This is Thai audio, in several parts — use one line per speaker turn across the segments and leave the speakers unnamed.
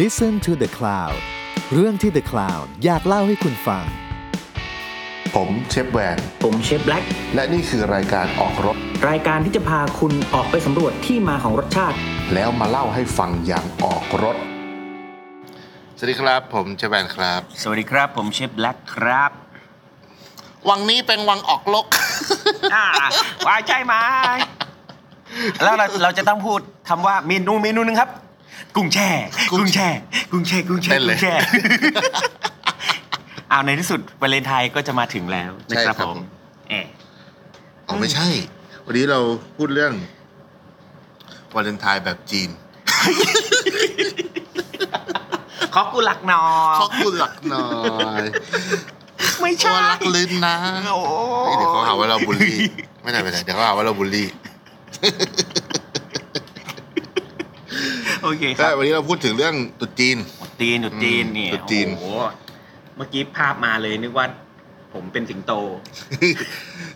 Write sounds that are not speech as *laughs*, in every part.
Listen to the Cloud เรื่องที่ The Cloud อยากเล่าให้คุณฟัง
ผมเชฟแวน
ผมเชฟแบล็ก
และนี่คือรายการออกรถ
รายการที่จะพาคุณออกไปสำรวจที่มาของรสชาติ
แล้วมาเล่าให้ฟังอย่างออกรถ สวัสดีครับ ผมเชฟแวนครับ
สวัสดีครับ ผมเชฟแบล็กครับ
วังนี้เป็นวังออกลก
อ่าวายใจไหมแล้วเราเราจะต้องพูดคำว่าเมนูเมนูหนึงครับ กุ้งแช่ กุ้งแช่ กุ้งแช่ กุ้งแช่
เต้นเลย
กุ้งแช่เอาในที่สุดวาเลนไทน์ก็จะมาถึงแล้วนะครับ
ใช่ครับ
ผมเออ
*laughs* อ๋อไม่ใช่ วันนี้เราพูดเรื่องวาเลนไทน์แบบจีน
ขอกูหลักหนอ
ขอบคุณหลัก
หน่อย
ไม่
ชั
ใช่
วรักลืนนะ
โอ้
เฮ้ยเดี๋ยวเขาหาว่าเราบูลลี่ ไม่ได้ไม่ได้เดี๋ยวเขาหาว่าเราบูลลี่
โอเคค
ก็
รับ
วันนี้เราพูดถึงเรื่องตรุ๊จีน
หนุดจีนหนุดจีน
อืม
เนี่ย
หนุดจีน
โอ้โหเมื่อกี้ภาพมาเลยนึกว่า ผมเป็นสิงโต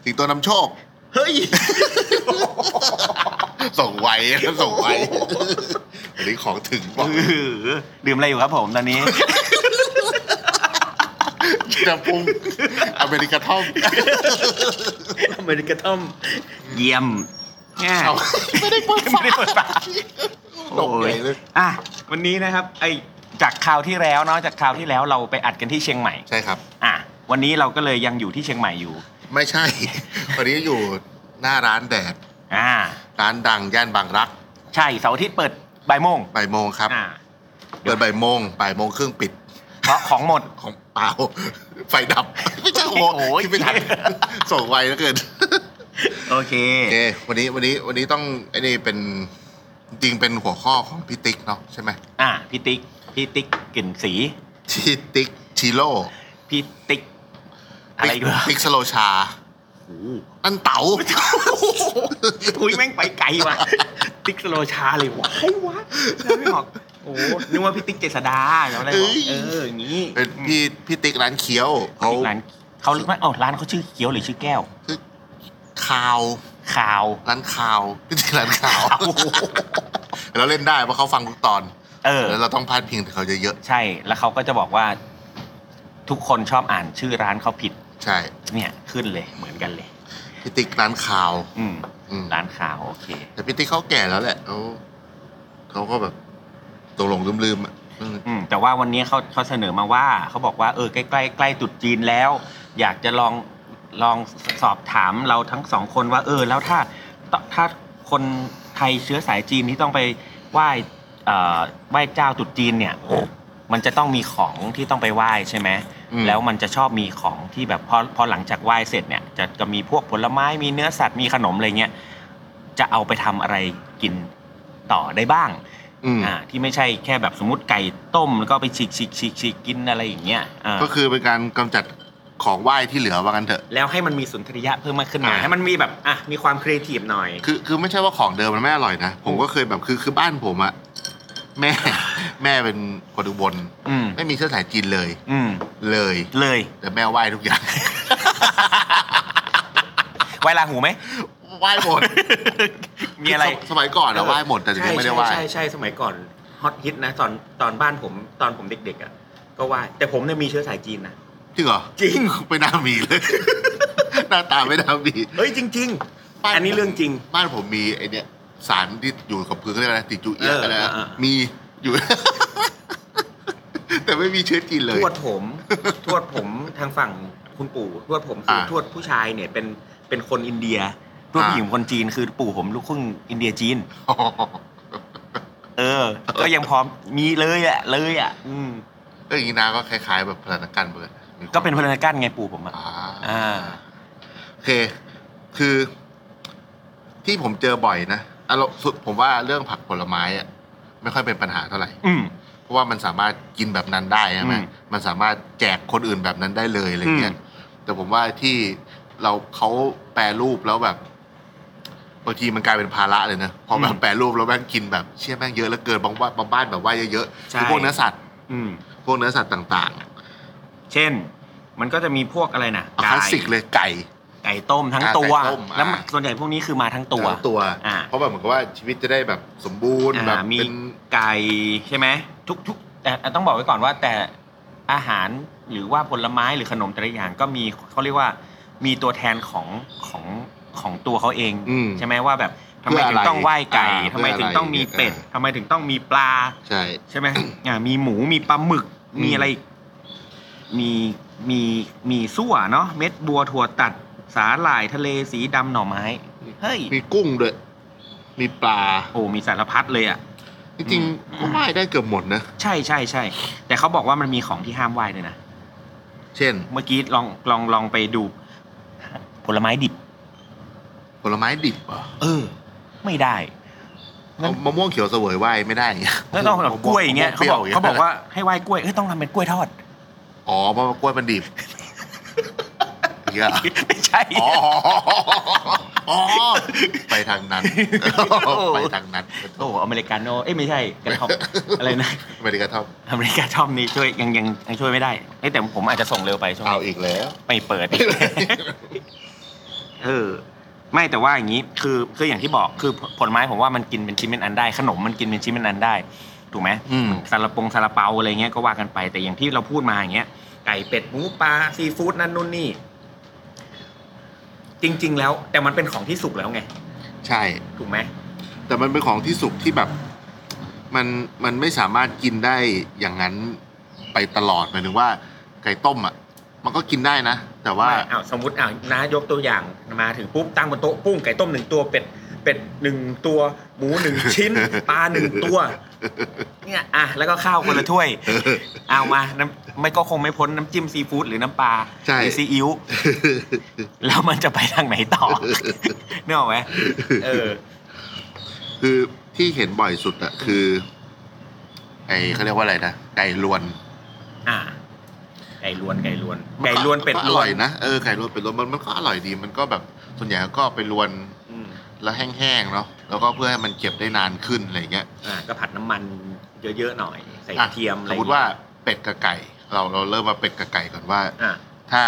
สิงโตนำโชค
เฮ้ย
ส่งไวนะส่งไววันนี้ของถึงบอก
ดื่มอะไรอยู่ครับผมตอนนี้
จะพุงอเมริกาท่อม
อเมริกาท่อม เยี่ยมง่าย
เอา
ไม่ได้เปิดฝาไม่ได้เปิดฝา
ตกใจเลย
อ่ะวันนี้นะครับ ไอจากคราวที่แล้วเนาะจากคราวที่แล้วเราไปอัดกันที่เชียงใหม่
ใช่ครับ
อ่ะวันนี้เราก็เลยยังอยู่ที่เชียงใหม่อยู่
ไม่ใช่ *laughs* วันนี้อยู่หน้าร้านแดด
อ่า
ร้านดังย่านบางรัก
ใช่เสาร์อาทิตย์เปิดบ่ายโมง
บ่ายโมงครับ
อ่า
เปิดบ่ายโมงบ่ายโมงครึ่งปิด
เพราะของหมด
ของเปล่า *laughs* ไฟดับ ไม่ใช่โอ้
โอ้
โห
ย
คิดไม่ *laughs* ทัน ส่งไวแล้วเกิน *laughs*
โอเค
โอเควันนี้วันนี้วันนี้ต้องไอ้นี่เป็นจริงเป็นหัวข้อของพี่ติ๊กเนาะใช่ไหม
อ่ะพี่ติ๊กพี่ติ๊กกลิ่นสี
ที่ติ๊กชิโร่
พี่ติ๊กอะไรอีกเหรอ
ติ๊กสโลชา อันเต๋า
อุ้ยแม่งไปไกลว่ะ *laughs* ติ๊กสโลชาเลยวะไอ้วะแล้วไม่บอกโอ้นึกว่าพี่ติ๊กเจษดาแล้วอะไรบอกเอออย่างนี้
เป็นพี่พี่ติ๊กร้านเคี้ยวเขา
ติ๊กร้านเขาไม่เอ้าร้านเขาชื่อเขียวหรือชื่อแก้ว
คาว
ขาว
ร้านคาวพี่ติ๊กร้านคาวเราเล่นได้เพราะเขาฟังทุกตอน
เออ
แล้วเราต้องพาดพิงถึงเขาเยอะ
ใช่แล้วเขาก็จะบอกว่า ทุกคนชอบอ่านชื่อร้านเขาผิด
ๆใช่
เนี่ยขึ้นเลยเหมือนกันเลย
พี่ติ๊กร้านข่าว
อืม
อืม
ร้านขาวโอเค
แต่พี่ติ๊กเขาแก่แล้วแหละเขาเขาก็แบบตกลงลืมๆอ่ะอืม
อืมแต่ว่าวันนี้เขาเขาเสนอมาว่า เขาบอกว่าเออใกล้ใกล้ใกล้ตรุดจีนแล้ว อยากจะลองลองสอบถามเราทั้งสองคนว่า เออ แล้วถ้าตถ้าคนไทยเชื้อสายจีนที่ต้องไปไหว้เอ่อไหว้เจ้าตรุดจีนเนี่ย มันจะต้องมีของที่ต้องไปไหว้ใช่ไหมแล้วมันจะชอบมีของที่แบบพอพอหลังจากไหว้เสร็จเนี่ย จะจะมีพวกผลไม้มีเนื้อสัตว์มีขนมอะไรเงี้ยจะเอาไปทำอะไรกินต่อได้บ้าง
อืม
อ่าที่ไม่ใช่แค่แบบสมมติไก่ต้มแล้วก็ไปฉีกฉีกฉีกฉีกกินอะไรอย่างเงี้ยอ่า
ก็คือเป็นการกำจัดของไหว้ที่เหลือว่ากันเถอะ
แล้วให้มันมีสุนทรียะเพิ่มมากขึ้นมา
อ่า
ให้มันมีแบบอ่ะมีความครีเอทีฟหน่อย
คือคือไม่ใช่ว่าของเดิมมันไม่อร่อยนะ ผมก็เคยแบบคือคือบ้านผมอะแม่ *laughs* แม่เป็นคนอุบล
อืม
ไม่มีเชื้อสายจีนเลย
อืม
เลย
เลย
แต่แม่ไหว้ทุกอย่าง *laughs*
ไวลาหูไหม
ไหว้หมด
มีอะไร
สสมัยก่อนอะไหว้หมดแต่เดี๋ยวนี้ไม่ได้ไหว้
ใช่ใช่ใช่สมัยก่อนฮอตฮิตนะตอนตอนบ้านผมตอนผมเด็กๆอ่ะก็ไหว้แต่ผมเนี่ยมีเชื้อสายจีนนะ
จริงเหรอ
จริง
ไม่น่ามีเลย
*laughs*
หน้าตาไม่น่ามี
เฮ้ยจริง
บ้า
อันนี้เรื่องจริง
บ้านผมมีไอเนี้ยสารที่อยู่กับพื้นเขาเรียกอะไรติดจูเอียะ
เออ
อะไรนะ
เออเออ
มีอยู่ *laughs* แต่ไม่มีเชื้อจีน
ๆ
เล
ท
ย
วดผม
*laughs*
ทวดผมทางฝั่งคุณปู่ ทวดผมคืออา ทวดผู้ชายเนี่ยเป็นเป็นคนอินเดียทวดผู้หญิงคนจีนคือปู่ผมลูกครึ่งอินเดียจีน
อ๋อ
เออ ก็ยังพร้อมมีเลยอ่ะ เลยอ่ะ อืม
ก็อย่างนี้นะก็คล้าย ๆ แบบพลานกันเหมือนกันมีความ
ก็เป็นพลนกันไงปู่ผมอ่ะ
อ่า
อ่า
โอเค คือ ที่ผมเจอบ่อยนะอารมณ์สุดผมว่าเรื่องผักผลไม้อะไม่ค่อยเป็นปัญหาเท่าไหร่
อืม
เพราะว่ามันสามารถกินแบบนั้นได้ใช่ไหม
อืม
มันสามารถแจกคนอื่นแบบนั้นได้เลยอะไรเงี้ย
อืม
แต่ผมว่าที่เราเขาแปรรูปแล้วแบบบางทีมันกลายเป็นภาระเลยนะพอแบบแปรรูปแล้วแม่งกินแบบเชี่ยแม่งเยอะแล้วเกินบางว่าบางบ้านแบบว่าเยอะๆคือพวกเนื้อสัตว์
อืม
พวกเนื้อสัตว์ต่าง
เช่น มันก็จะมีพวกอะไรนะ
ๆคลาสสิกเลยไก่
ไก่ต้มทั้ง
อ่า
ตัว
ไก่ต้มอ่า
แล้วมันส่วนใหญ่พวกนี้คือมาทั้งตัว
ทั้งตัว
อ่า
เพราะแบบเหมือนกับว่าชีวิตจะได้แบบสมบูรณ์
อ่า
แบบ
มี
เป็น
ไก่ใช่ไหม ทุกทุกแต่แต่ต้องบอกไว้ก่อนว่าแต่อาหารหรือว่าผลไม้หรือขนมแต่ละอย่างก็มีเขาเรียกว่ามีตัวแทนของของของตัวเขาเอง
อืม
ใช่ไหมว่าแบบทำไมถึงต้องไหว้ไก่
อ่า
ทำไมถึงต้องมีเป็ด
เพื่ออะไร
ทำไมถึงต้องมีปลา
ใช่
ใช่ไหม อ่ามีหมู มีปลาหมึก
อืม
มีอะไรอีก มี มี มีสั่วเนาะ เม็ดบัวถั่วตัด สาหร่ายทะเลสีดำหน่อไม้ เฮ้ย
มีกุ้งด้วยมีปลา
โอ้ มีสารพัดเลยอ่ะ
จริงๆก็ไหว้ได้เกือบหมดนะ
ใช่ใช่ใช่ แต่เขาบอกว่ามันมีของที่ห้ามไหว้ด้วยนะ
เช่น
เมื่อกี้ลอง ลอง ลองไปดู ผลไม้ดิบ
ผลไม้ดิบเหรอ
เออ ไม่ได้ งั้น
มะม่วงเขียวเสวยไหว้ไม่ได้อย่างเงี้ย
แล้วต้องแบบกล้วยอย่างเงี้ย
มะ
เขา
ม่
บอก
ปรี้ย
เขาบอก
ย่งงี้ย
ว่าให้ไหว้กล้วย เอ้ย ต้องทำเป็นกล้วยทอด
อ๋อเพราะว่ากล้วยมันดิบเหี้ย
ไม่ใช่
อ๋ออ๋อไปทางนั้น ไปทางนั้น
โอ้ อเมริกาโน่เอ้ย ไม่ใช่ กระทอม *laughs* อะไรนะ
อเมริกาทอม
อเมริกาทอมนี่ช่วยยังยังยังช่วยไม่ได้เอ้ยแต่ผมอาจจะส่งเร็วไปช่วง
เอา
นี้
อีกแล้ว
ไม่เปิด *laughs* เออ ไม่แต่ว่าอย่างนี้คือคืออย่างที่บอกคือผลไม้ผมว่ามันกินเป็นชิ้นเป็นอันได้ ขนมมันกินเป็นชิ้นเป็นอันได้ ถูกไหม
อืม
ซาลาปงซาลาเปาอะไรเงี้ยก็ว่ากันไปแต่อย่างที่เราพูดมาอย่างเงี้ยไก่เป็ดหมูปลาซีฟู้ดนั่นนู่นนี่ จริง ๆ แล้ว แต่มันเป็นของที่สุกแล้วไง
ใช่
ถูกไหม
แต่มันเป็นของที่สุกที่แบบ มันมันไม่สามารถกินได้อย่างนั้นไปตลอดหมายถึงว่า ไก่ต้มอ่ะ มันก็กินได้นะ แต่ว่า
ไม่อ้าวสมมติอ้าวนายกตัวอย่างมาถึงปุ๊บตั้งบนโต๊ะปุ้งไก่ต้มหนึ่งตัวเป็ดเป็ดหนึ่งตัว หมูหนึ่งชิ้
*laughs*
น ปลาหนึ่งตัว เนี่ยอ่ะแล้วก็ข้าวคนละ
*laughs*
ถ้วย เอามาน้ำไม่ก็คงไม่พ้นน้ำจิ้มซีฟู้ดหรือน้ำปลา
ใช่
หรือซีอิ๊วแล้วมันจะไปทางไหนต่อ *laughs* นึกออกไหมเออ
คือที่เห็นบ่อยสุดอะคือ ไอเขาเรียกว่าอะไรนะไก่ลวน
อ่ะไก่ลวนไก่ลวน ไก่ลวนเป็ด
ก็
ล
อ
ว
ร่
น
อยนะเออไก่ลวนเป็ดลวนมันมันก็อร่อยดี มันก็แบบส่วนใหญ่ก็ไปลวน
อืม
แล้วแห้งๆเนาะแล้วก็เพื่อให้มันเก็บได้นานขึ้นอะไรอย่างเงี้ย
อ่ะก็ผัดน้ำมันเยอะๆหน่อย ใส่ก
อ่ะ
ระเทียมอะไร
สมมติว่าเป็ดกับไก่ เราเราเริ่มมาเป็ดกับไก่ก่อนว่า
อ่ะ
ถ้า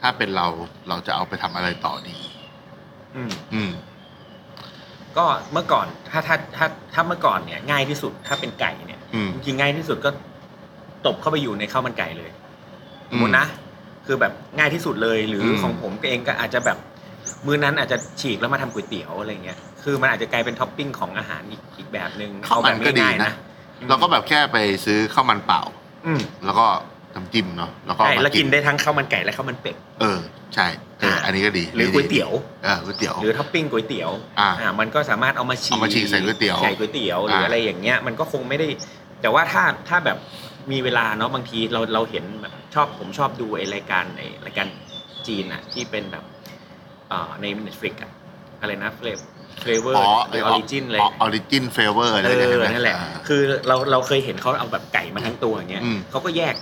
ถ้าเป็นเราเราจะเอาไปทำอะไรต่อดี
อืม
อืม
ก็เมื่อก่อนถ้าถ้าถ้าถ้าเมื่อก่อนเนี่ยง่ายที่สุดถ้าเป็นไก่เนี่ย
อืม
จริงๆง่ายที่สุดก็ตบเข้าไปอยู่ในข้าวมันไก่เลยสมมตินะ คือแบบง่ายที่สุดเลยหรืออ
ม
ของผมเองก็อาจจะแบบมื้อนั้นอาจจะฉีกแล้วมาทำก๋วยเตี๋ยวอะไรเงี้ยคือมันอาจจะกลายเป็นท็อปปิ้งของอาหารอีกอีกแบบหนึ่ง
ข้าวมันก็ดี
เอาแบบง่ายๆ
นะเราก็แบบแค่ไปซื้อข้าวมันเปล่า
อืม
แล้วก็น้ำจิ้มเนาะแล้วก็
ใช่
มา
แล้ว
กิ
กิ
น
นได้ทั้งข้าวมันไก่และข้าวมันเป็ด
เออ ใช่เออ
ค่ะ
อันนี้ก็ดี
หรือ
ดี
ก๋วยเตี๋ยว
เออก๋วยเตี๋ยว
หรือท็อปปิ้งก๋วยเตี๋ยว
อ่า
มันก็สามารถเอามาฉี
เอามาฉีกใส่ก๋วยเตี๋ยว
ใส่ก๋วยเตี๋ยวหรือ
อ่า
อะไรอย่างเงี้ยมันก็คงไม่ได้ แต่ว่าถ้าถ้าแบบมีเวลาเนาะบางทีเราเราเห็นแบบชอบผมชอบดูไอรายการไอรายการจีนอะที่เป็นแบบเอ่อใน Netflix อะอะไรนะเฟลเฟเวอร์หรือออริจินอะไร
ออริจินเฟเวอร์อะไร
เอ
เนี่ย
อ
ใช่ไม
นั่นแหละ
อ่า
คือเราเราเคยเห็นเขาเอาแบบไก่มาทั้งตัวอย่างเงี้ย
อืม
เขาก็แยก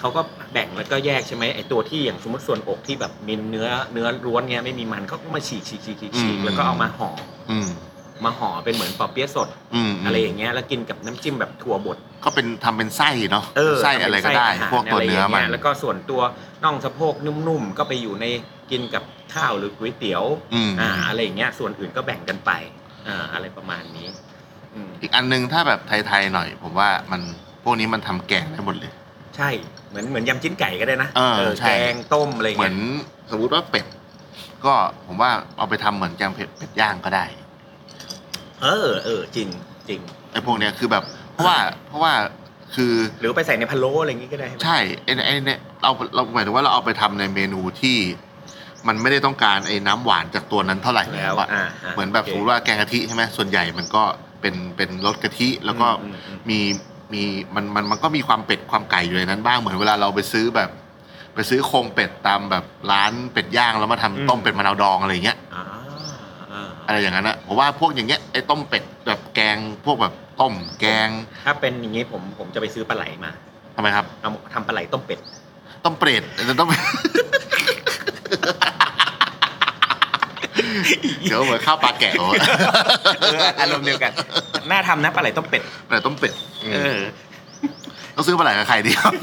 เขาก็แบ่งแล้วก็แยกใช่ไหมไอตัวที่อย่างสมมติส่วนอกที่แบบมีเนื้อเนื้อล้วนเงี้ยไม่มีมันเขาก็มาฉีกฉีกฉีกฉีกฉีกแล้วก็เอามาห่อ
อืม
มาห่อเป็นเหมือนปอเปี๊ยะสด
อืม
อะไรอย่างเงี้ยแล้วกินกับน้ำจิ้มแบบถั่วบด
ก็เป็นทำเป็นไส้เนาะ
เออ
ไส้อะไรก็ได้
ทำป็ส้าหาร
พวกตัวเนื้อมั
ะ
น
ไรย่างงี้ยแล้วก็ส่วนตัวน่องสะโพกนุ่มๆก็ไปอยู่ในกินกับข้าวหรือก๋วยเตี๋ยว
อืม
อ่าอะไรอย่างเงี้ยส่วนอื่นก็แบ่งกันไปอ่าอะไรประมาณนี้อืม
อีกอันนึงถ้าแบบไทยๆหน่อย ผมว่ามันพวกนี้มันทำแกงได้หมดเลย
ใช่เหมือนเหมือนยำจิ้นไก่ก็ได้นะ
เออใช่
แกงต้มอะไร
เหมื
เงี้
อน
ย
สมมติว่าเป็ด ก็ผมว่าเอาไปทำเหมือนแกงเผ็ดเป็ดย่างก็ได้
เออเออจริงจริง
ไอ้พวกเนี้ยคือแบบเพราะว่าเพราะว่าคือ
หรือไปใส่ในพะโล้อะไรอย่างงี้ก็ได้ไหม
ใช่ไอ้ไอ้เนี่ยเราเราหมายถึงว่าเราเอาไปทำในเมนูที่ มันไม่ได้ต้องการไอ้น้ำหวานจากตัวนั้นเท่าไหร่
แล้ว
อะ
อ่าา
เหมือนแบบส
โค
มมติว่าแกงกะทิใช่ไหมส่วนใหญ่มันก็เป็นเป็นรสกะทิแล้วก็
อืมอืม
มีมีมันมันมันก็มีความเป็ดความไก่อยู่ในนั้นบ้างเหมือนเวลาเราไปซื้อแบบ ไปซื้อโครงเป็ดตามแบบร้านเป็ดย่างแล้วมาทำต้มเป็ดมะนาวดองอะไรอย่างเงี้ย
อ่าอ่า
อะไรอย่างนั้นอะเพราะว่าพวกอย่างเงี้ยไอ้ต้มเป็ดแบบแกงพวกแบบต้มแกง
ถ้าเป็นอย่างงี้ผมผมจะไปซื้อปลาไหลมา
ทำไมครับ
เอาทำปลาไหลต้มเป็ด
ต้องเปรตจะต้อง *laughs* เดี๋ยวเหมือนข้าวปลาแกะวะ
เอออารมณ์เดียวกัน น่าทำนะปลาไหลต้มเป็ด
แต่ต้องเป็ด
เออ
ต้องซื้อปลาไหลกับใครดีครับ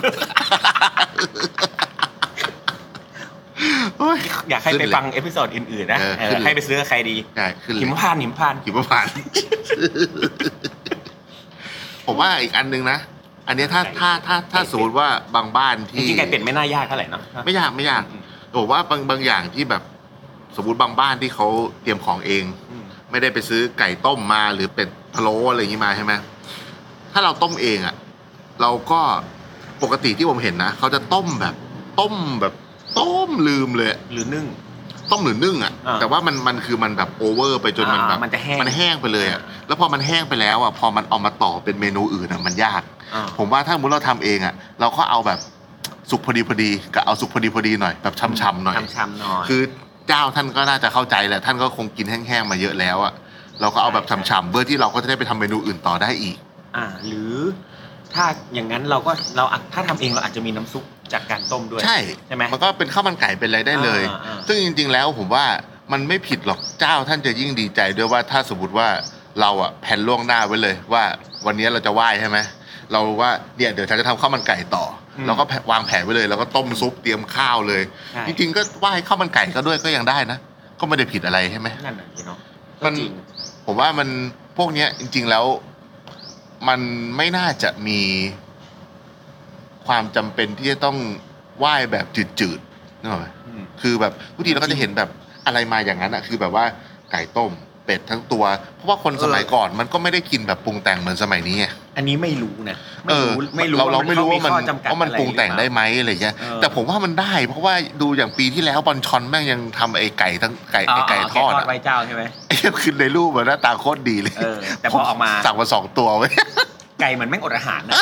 โอ้ย
อยากให้ไปฟังเอพิโซดอื่นๆนะ
เออ
เออ
ขึ้นเลย
ให้ไปซื้อกับใครดี
ได้ขึ้นเล
หิ
ย
มพานต์หิมพานต์
หิมะผ่านต์ ผมว่าอีกอันหนึงนะ อันเนี้ยถ้าถ้าถ้าถ้าสมมติว่าบางบ้าน
จ
ที่
ริงๆไก่เป็ดไม่น่ายากเท่าไหร่เนาะ
ไม่ยากไม่ยากผมว่าบางบางอย่างที่แบบสมมติบางบ้านที่เขาเตรียมของเอง ไม่ได้ไปซื้อไก่ต้มมาหรือเป็ดพะโล้อะไรอย่างนี้มาใช่ไหมถ้าเราต้มเองอะ่ะ เราก็ปกติที่ผมเห็นนะเขาจะต้มแบบ ต้มแบบ ต้มลืมเลยอะ
หรือนึ่ง
ต้มหรือนึ่งอะ
อ่า
่ะ แต่ว่ามันมันคือมันแบบโอเวอร์ ไปจนมันแบบ
อ่ามันจะแห้ง
มันแห้งไปเลยอะ่ะแล้วพอมันแห้งไปแล้วอะ่ะพอมันเอามาต่อเป็นเมนูอื่นอะ่ะมันยาก
อ่า
ผมว่าถ้าสมมุติเราทำเองอะ่ะ เราก็เอาแบบสุกพอดีพอดีกับเอาสุกพอดีพอดีหน่อยแบบช่ำๆหน่อย
ช้ำๆหน่อย
คือเจ้าท่านก็น่าจะเข้าใจแหละท่านก็คงกินแห้งๆมาเยอะแล้วอะเราก็เอาแบบ
ใช่
ฉ่ำๆเพื่อที่เราก็จะได้ไปทำเมนูอื่นต่อได้อีก
อ่า หรือถ้าอย่างนั้นเราก็เราอ่ะถ้าทำเองเราอาจจะมีน้ำซุปจากการต้มด้วย
ใช่
ใช่ไหม
มันก็เป็นข้าวมันไก่เป็นอะไรได้เลย
อ่าอ่า
ซึ่งจริงๆแล้วผมว่ามันไม่ผิดหรอกเจ้าท่านจะยิ่งดีใจด้วยว่าถ้าสมมติว่าเราอะแผนล่วงหน้าไว้เลยว่าวันนี้เราจะไหว้ใช่ไหมเราว่าเนี่ยเดี๋ยวฉันจะทำข้าวมันไก่ต่ออ
ม
เราก็แผนวางแผนไว้เลยแล้วก็ต้มซุปเตรียมข้าวเลย
ใช่
จริงๆก็ไหว้ข้าวมันไก่ก็ด้วยก็ยังได้นะ ก็ไม่ได้ผิดอะไรใช่ไหม
นั่นน่ะสิเนาะ
มัน
ก็จริง
ผมว่ามันพวกเนี้ยจริง ๆแล้วมันไม่น่าจะมีความจำเป็นที่จะต้องไหว้แบบจืดๆนึกออกไหม
อืม
คือแบบทุกทีเราก็จะเห็นแบบอะไรมาอย่างนั้นอะคือแบบว่าไก่ต้มเป็ดทั้งตัว เพราะว่าคนสมัยก่อนมันก็ไม่ได้กินแบบปรุงแต่งเหมือนสมัยนี้ไง
อันนี้ไม่รู้นะ
เอ
ไม่
อ
รู้ไม่รู้
เราเราไม่รู้ว่ามัน
ข้อจำกัด
ว่ามัน
อะไร
ปรุงแต่งได้
หรือเปล่า
ไหมอะไรเงี้ย
เออ
แต่ผมว่ามันได้ เพราะว่าดูอย่างปีที่แล้วบอลชอนแม่งยังทำไอ้ไก่ทั้งไก่ไอ้ไก่ทอดอะ
ไว้เจ้าใช่ไหม
ไอ้เหี้ยคือในรูปมันหน้าตาโคตรดีเลย
เออ แต่พอออกมา
สั่งมาสองตัวเว้ย
ไก่เหมือนแม่งอดอาหาร
*laughs*
นะ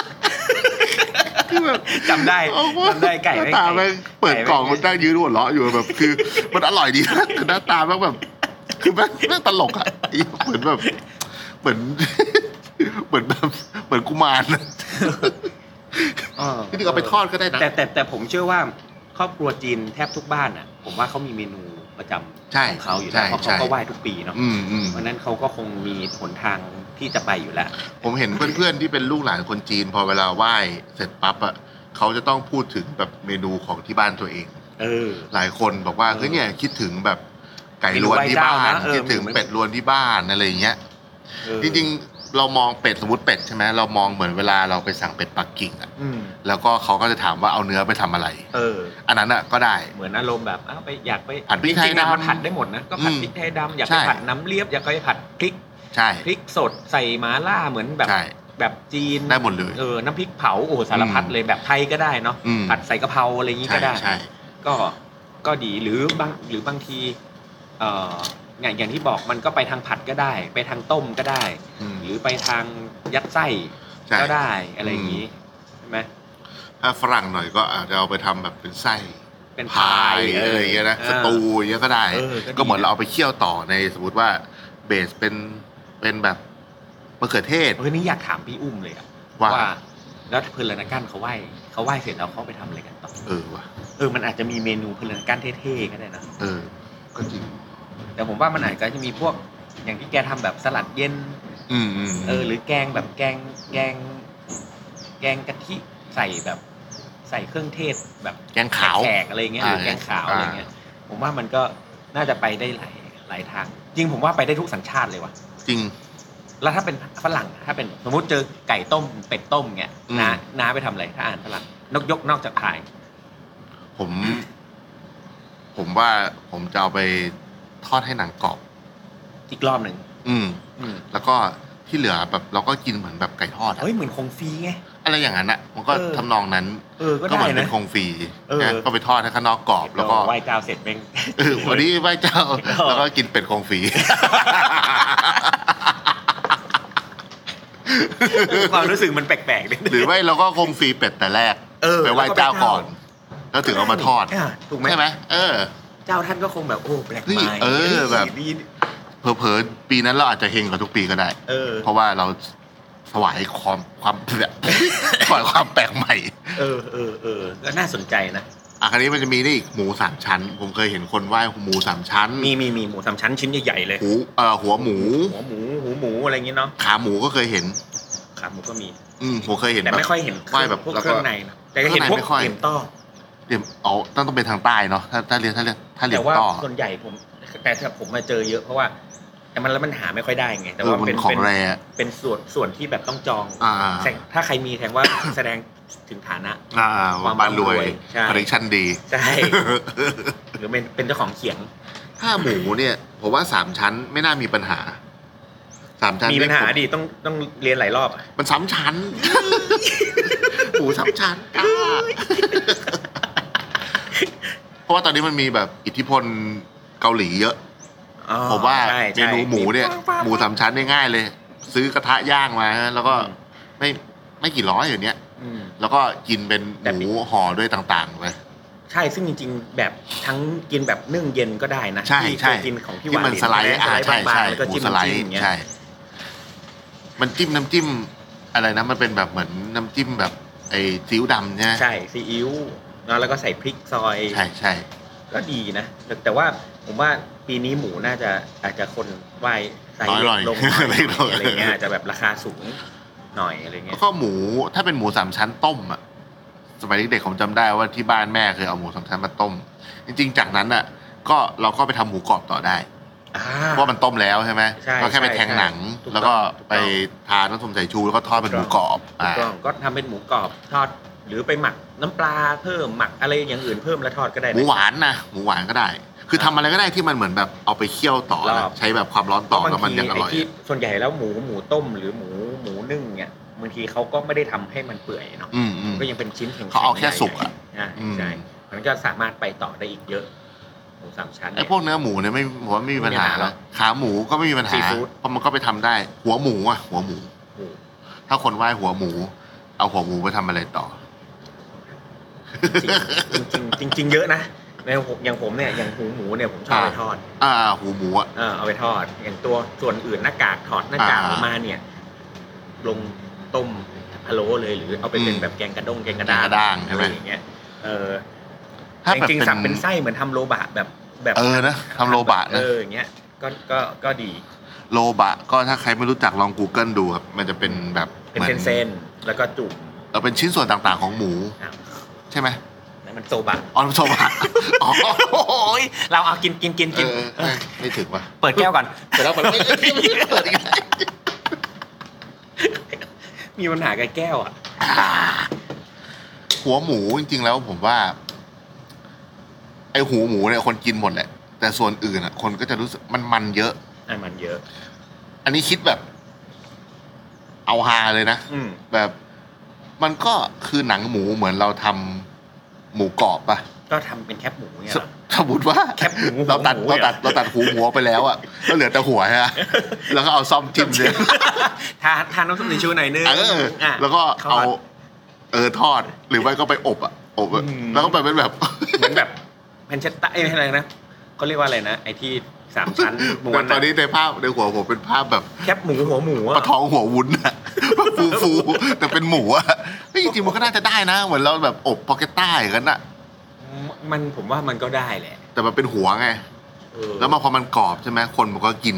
จำได้จำได้ไก่
หน้าตา
แม่ง
แม่งเปิดกล่องมันนั่งยืนหัวเราะอยู่แบบคือ มันอร่อยดีนะแต่หน้าตาแม่งแบบ คือแม่งแม่งตลกอ่ะไอ้เหมือนแบบเหมือน *laughs* เหมือนแบบเหมือนกุมารนะ
เออ
ที่นี่เอาไปทอดก็ได้นะ
แต่แต่แต่ผมเชื่อว่าครอบครัวจีนแทบทุกบ้านอ่ะ ผมว่าเขามีเมนูประจำ
ใช่
ของเขาอยู่แล้
ใช่
วเพราะเขา
ใช่
ก็ไหว้ทุกปีเนาะ
อืมอืม
เพราะฉะนั้นเขาก็คงมีหนทางที่จะไปอยู่แล้ว
ผมเห็นเพื่อนๆที่เป็นลูกหลานคนจีน พอเวลาไหว้เสร็จปั๊บอ่ะเขาจะต้องพูดถึงแบบเมนูของที่บ้านตัวเอง
เออ
หลายคนบอกว่าเฮ้ยเนี่ยคิดถึงแบบไก่ล้วนที่บ้า
เมนูไห
น
ว้เจ้านะเออ
คิดถึง
เมนู
เป็ดล้วนที่บ้านอะไรอย่างเงี้ย
เออ
จริงๆ เรามองเป็ดสมมติเป็ดใช่ไหมเรามองเหมือนเวลาเราไปสั่งเป็ดปักกิ่งอะ
อืม
แล้วก็เขาก็จะถามว่าเอาเนื้อไปทำอะไร
เออ
อันนั้นอ่ะก็ได้
เหมือนอารมณ์แบบอ้าวไปอยากไป
ผัดพริกไทย
จงๆอะ
ดำ
มันผัดได้หมดนะก็ผัด
อืม
พริกไทยดำอยาก
ใช่
ไปผัดน้ำเลียบอยากไปผัดพริก
ใช่
พริกสดใส่หมาล่าเหมือนแบบ
ใช่
แบบจีน
ได้หมดเลย
เออน้ำพริกเผาโอ้โหสารพัด
อืม
เลยแบบไทยก็ได้เนาะ
อืม
ผัดใส่กะเพราอะไรอย่างนี้
ใช่
ก็ได้
ใช่
ก็ก็ดีหรือบางหรือบางทีเอ่ออย่างอย่างที่บอกมันก็ไปทางผัดก็ได้ ไปทางต้มก็ได้
อืม
หรือไปทางยัดไส้
ใช่
ก็ได้อะไรอย่างนี้ใช่ไหม
ถ้าฝรั่งหน่อยก็อาจจะเอาไปทำแบบเป็นไส้
เป็น
พายเอออย่างเงี้ยนะสตูอย่างเงี้ยก็ได้
เออ
ก็เหมือน
ดีะ
เราเอาไปเคี่ยวต่อในสมมติว่าเบสเป็นเป็นแบบมะเขือเทศ
เออนี่อยากถามพี่อุ้มเลยอะ
ว่า
แล้วเพลินนากันเขาไหว้เขาไหว้เสร็จแล้วเขาไปทำอะไรกันต่อ
เออว่ะ
เออมันอาจจะมีเมนูเพลินนากันเท่ๆก็ได้นะ
เออ ก็จริง
แต่ผมว่ามันอาจจะมีพวกอย่างที่แกทำแบบสลัดเย็น
อืมอืม
เออหรือแกงแบบแกงแกง แกงกะทิใส่แบบใส่เครื่องเทศแบบ
แกงขาว
แขกอะไรเงี้ยห
อ่า
รือแกงขาวอะไรเงี้ย ผมว่ามันก็น่าจะไปได้หลายหลายทาง จริงผมว่าไปได้ทุกสัญชาติเลยว่ะ
จริง
แล้วถ้าเป็นฝรั่งถ้าเป็นสมมติเจอไก่ต้มเป็ดต้มเงี้ย
อืม
น้าน้าไปทำอะไรถ้าอ่านฝรั่งนกยกนอกจากพาย
ผม ผมว่าผมจะเอาไปทอดให้หนังกรอบ
อีกรอบหนึ่ง
อืม
อืม
แล้วก็ที่เหลือแบบเราก็กินเหมือนแบบไก่ทอดอะ
เฮ้ยเหมือนคงฟีไง
อะไรอย่างนั้นอะมันก็
เออ
ทำนองนั้น
เออก็
ก็เหมื
ได้
อนเป็น
นะ
คงฟรี
เออ
นะก็ไปทอดให้ข้างนอกกรอบ แล้วก็
เราไหว้เจ้าเสร็จเอง
เออวันนี้ไหว้เจ้า แล้วก็กินเป็ดคงฟรี
*laughs* ความรู้สึกมันแปลกๆนิดนึง
หรือไม่เราก็คงฟรีเป็ดแต่แรกไปไหว้เจ้าก่อน แล้วถึงเอามาทอด
ะถูกไหม
ใช่ไหมเออ
เจ้าท่านก็คงแบบโอ้แปลกให
นี่
ม่
เออแบบ
นี่นี่
เผลอๆปีนั้นเราอาจจะเฮงกว่าทุกปีก็ได้
เออ
เพราะว่าเราถวายความความเผือกถวายความแปลกใหม่
เออเออเออก็น่าสนใจนะ
อ่ะคราวนี้มันจะมีนี่อีกหมูสามชั้น ผมเคยเห็นคนไหว้หมูสามชั้น
มีมีมีหมูสามชั้นชิ้นใหญ่ๆเลย
หูเอ่อหัวหมู
หัวหมูหูหมูอะไรอย่างงี้เนาะ
ขาหมูก็เคยเห็น
ขาหมูก็มี
อืมผมเคยเห็น
แต่
แบบ
ไม่ค่อยเห็น
ไหว้แบบ
พวก
แล้วก็
เครื่องในนะแต่ก็เห็นพวก
ไม่ค่อย
เห็นต้อ
เดี๋ยวเอาต้องต้องเป็นทางใต้เนาะถ้าถ้าเรียนถ้าเรียนถ้าเรีย
แต่
น
ว่า
ต่อ
ส่วนใหญ่ผม แต่ถ้าผมมาเจอเยอะเพราะว่า แต่มันแล้วมันหาไม่ค่อยได้ไง แต่
เออ
ว่า
มัน
เป็น
ของ
เป็น
แร่อะ
เป็นส่วนส่วนที่แบบต้องจอง
อ่า
แสดงถ้าใครมีแสดงว่า *coughs* แสดงถึงฐานะ
อ่า
ความ
บ้านรวย
รวยใช่
คอนเนคชั่นดี
*laughs* ใช่
*laughs*
หรือเป็นเป็นเจ้าของเขียง
ถ้าหมูเนี่ย ผมว่าสามชั้นไม่น่ามีปัญหาสามชั้น
มีปัญหา
เนี่ย
ดิต้องต้องเรียนหลายรอบอะ
มันซ้ำชั้น หมูซ้ำชั้นกล้าเพราะว่าตอนนี้มันมีแบบอิทธิพลเกาหลีเยอะ
อ๋อ
ผมว่า
ใช่
เม
ใช่
นูหมูเนี่ยหมูสามชั้นเนี่ยง่ายเลย ซื้อกระทะย่างมาแล้วก็ไม่ไม่กี่ร้อยอย่างเนี้ย
อืม
แล้วก็กินเป็น
แบบ
ห
นี้
มูห่อด้วยต่างๆไป
ใช่ซึ่งจริง ๆ แบบทั้งกินแบบนึ่งเย็นก็ได้นะ
ใช่
ที่
ใช่
เคยกินของพี่ห
ที่
วาน
มันสไลด์
เห็นไหม
อ่า
ส
ใช่
บาง
ใช่
ๆแล้วก็
หมู
จิ้ม
สไล
จิ้
ด์
มอย่างเงี้ย
ใช่ มันจิ้มน้ำจิ้มอะไรนะ มันเป็นแบบเหมือนน้ำจิ้มแบบไอ้ซีอิ๊วดำเนี่ย
ใช่ซีอิ๊วนะแล้วก็ใส่พริกซอย
ใช่ใช่
ก็ดีนะ แต่แต่ว่าผมว่าปีนี้หมูน่าจะอาจจะคนไหวไซส์
น้อยหน่อย
ลงหน่อย
น้ *laughs* อย
อะไรเงี้ยอาจจะแบบราคาสูงหน่อยอะไร
แล้
เงี้
วย ก็หมูถ้าเป็นหมูสามชั้นต้มอ่ะสมัยเด็กๆผมจำได้ว่าที่บ้านแม่เคยเอาหมูสามชั้นมาต้ม จริง ๆ จากนั้นอ่ะ ก็เราก็ไปทำหมูกรอบต่อได้
อ่า
เพราะว่ามันต้มแล้วใช่ไหม
ใช่
ก็แค่ไป
ใช่
แทงหนัง
ถูกต้อง
แล้วก็
ถูกต้อง
ไปทาน้ำส้มสายชูแล้วก็ทอดเป็นห
ถู
มู
ก
กร
ต้อง
อบ
ถูก
อ่า
ต้องก็ทำเป็นหมูกรอบทอด หรือไปหมักน้ำปลาเพิ่มหมักอะไรอย่างอื่นเพิ่มแล้วทอดก็ได้
หมู
นะ
หวานนะหมูหวานก็ได้ คือทำอะไรก็ได้ที่มันเหมือนแบบเอาไปเคี่ยวต่อนะ
รอบ
ใช้แบบความร้อนต่อแล้วมันยังอ
ไอ้
ร่อย
ที่ส่วนใหญ่แล้วหมูหมูต้มหรือหมูหมูนึ่งเนี่ยบางทีเขาก็ไม่ได้ทำให้มันเปื่อยเนาะ
อืมอืม
ก็ยังเป็นชิ้นแข็งๆ
เขาเอาแค่สุกอะ
ใช่
อืม
ใช่มันก็สามารถไปต่อได้อีกเยอะหมูสามชั้น
ไอ้
เนี่ย
พวกเนื้อหมูเนี่ยไม่ผมว่าไม่มีปัญหา
ไม่มีปัญหาหรอก
ขาหมูก็ไม่มีปัญหา
ซีฟู้ด
เพราะมันก็ไปทำได้ หัวหมูอ่ะ หัวหมู
หมู
ถ้าคนไหว้หัวหมู เอาหัวหมูไปทำอะไรต่อ
จริงๆจริงๆเยอะนะในผมอย่างผมเนี่ยอย่างหูหมูเนี่ยผมชอบไปทอด
อ่าหัวหมูอ่ะ
เออเอาไปทอด อย่างตัวส่วนอื่นหน้ากากถอดหน้ากาก
อ่า
ออกมาเนี่ย ลงต้มพะโล้เลยหรือเอาไปเป็น
อืม
แบบแกงกระด้งแกงกระ
แกงกระด้า
ด้าง ง
ใช่
อะ
ไหม
ไรอย่างเงี้ยเออ
ถ้า
จ
แบบ
ริง
เป็
ๆสับเป็น นไส้เหมือนทำโรบะแบบแบบ
เออนะทำโลบะ
เอ
นะ
ออย่างเงี้ยก็ก็ก็ดี
โลบะ ก็ถ้าใครไม่รู้จักลอง Google ดูครับมันจะเป็นแบบ
เป็น
หมือ
เส้นๆแล้วก็จุ่ม
เออเป็นชิ้นส่วนต่างๆของหมู
อ้าว
ใช่ไหม
นั่นมันโซบะ
ออนโซบะอ๋อ
โอ้ยเราเอากินกินกิน
เอ
กิน
อเออไม่ถึงว่ะ
เปิดแก้วก่อน *laughs*
เปิดแล้วเปิดแล้วไม่เปิดอีกแล้ว
มีปัญหากับแก้วอ่ะ
หัวหมูจริงๆแล้วผมว่า ไอหูหมูเนี่ยคนกินหมดแหละ แต่ส่วนอื่นอ่ะ คนก็จะรู้สึกมันมันเยอะ
อันมันเยอะ
อันนี้คิดแบบ เอาฮาเลยนะ
อืม
แบบ มันก็คือหนังหมูเหมือนเราทำหมูกรอบปะ
ก็ทำเป็นแคบหมูเนี่ย
ส
เหรอ
สมมติว่า
แคปหมู
เราตัด
หัวหมู
เราตัด
เหรอ
เราตัดหูหมูไปแล้วอ่ะก็เหลือแต่หัว
*laughs*
ฮะแล้วก็เอาซ่อมจิ้มเลย
ทาทาน้ำส้มสายชูหน่อยนึง
เออ
อ่ะ
แล้วก็
ท
เอา
อด
เออทอดหรือไม่ก็ไปอบอ่ะอบอะ
อืม
แล้วก็ไปเป็นแบบ
เหมือนแบบแพนเชตตาเอ้ยอะไรนะเขาเรียกว่าอะไรนะไอ้ที่สามชั้นม้ว
*laughs* แต่
นะ
ตอนนี้ในภาพในหัวผมเป็นภาพแบบ
แคบหมูหัวหมู
ปลา
อ่ะ
ทองหัววุ้นอะ *laughs* ฟูฟูๆแต่เป็นหมูอ่ะเฮ้ยจริงๆมันก็น่าจะได้นะ เหมือนเราแบบอบพอกเกตต้าอย่างนั้นอะ
มันผมว่ามันก็ได้แหละ
แต่มันเป็นหัวไง
เออ
แล้วมาพอมันกรอบใช่ไหมคนมันก็กิน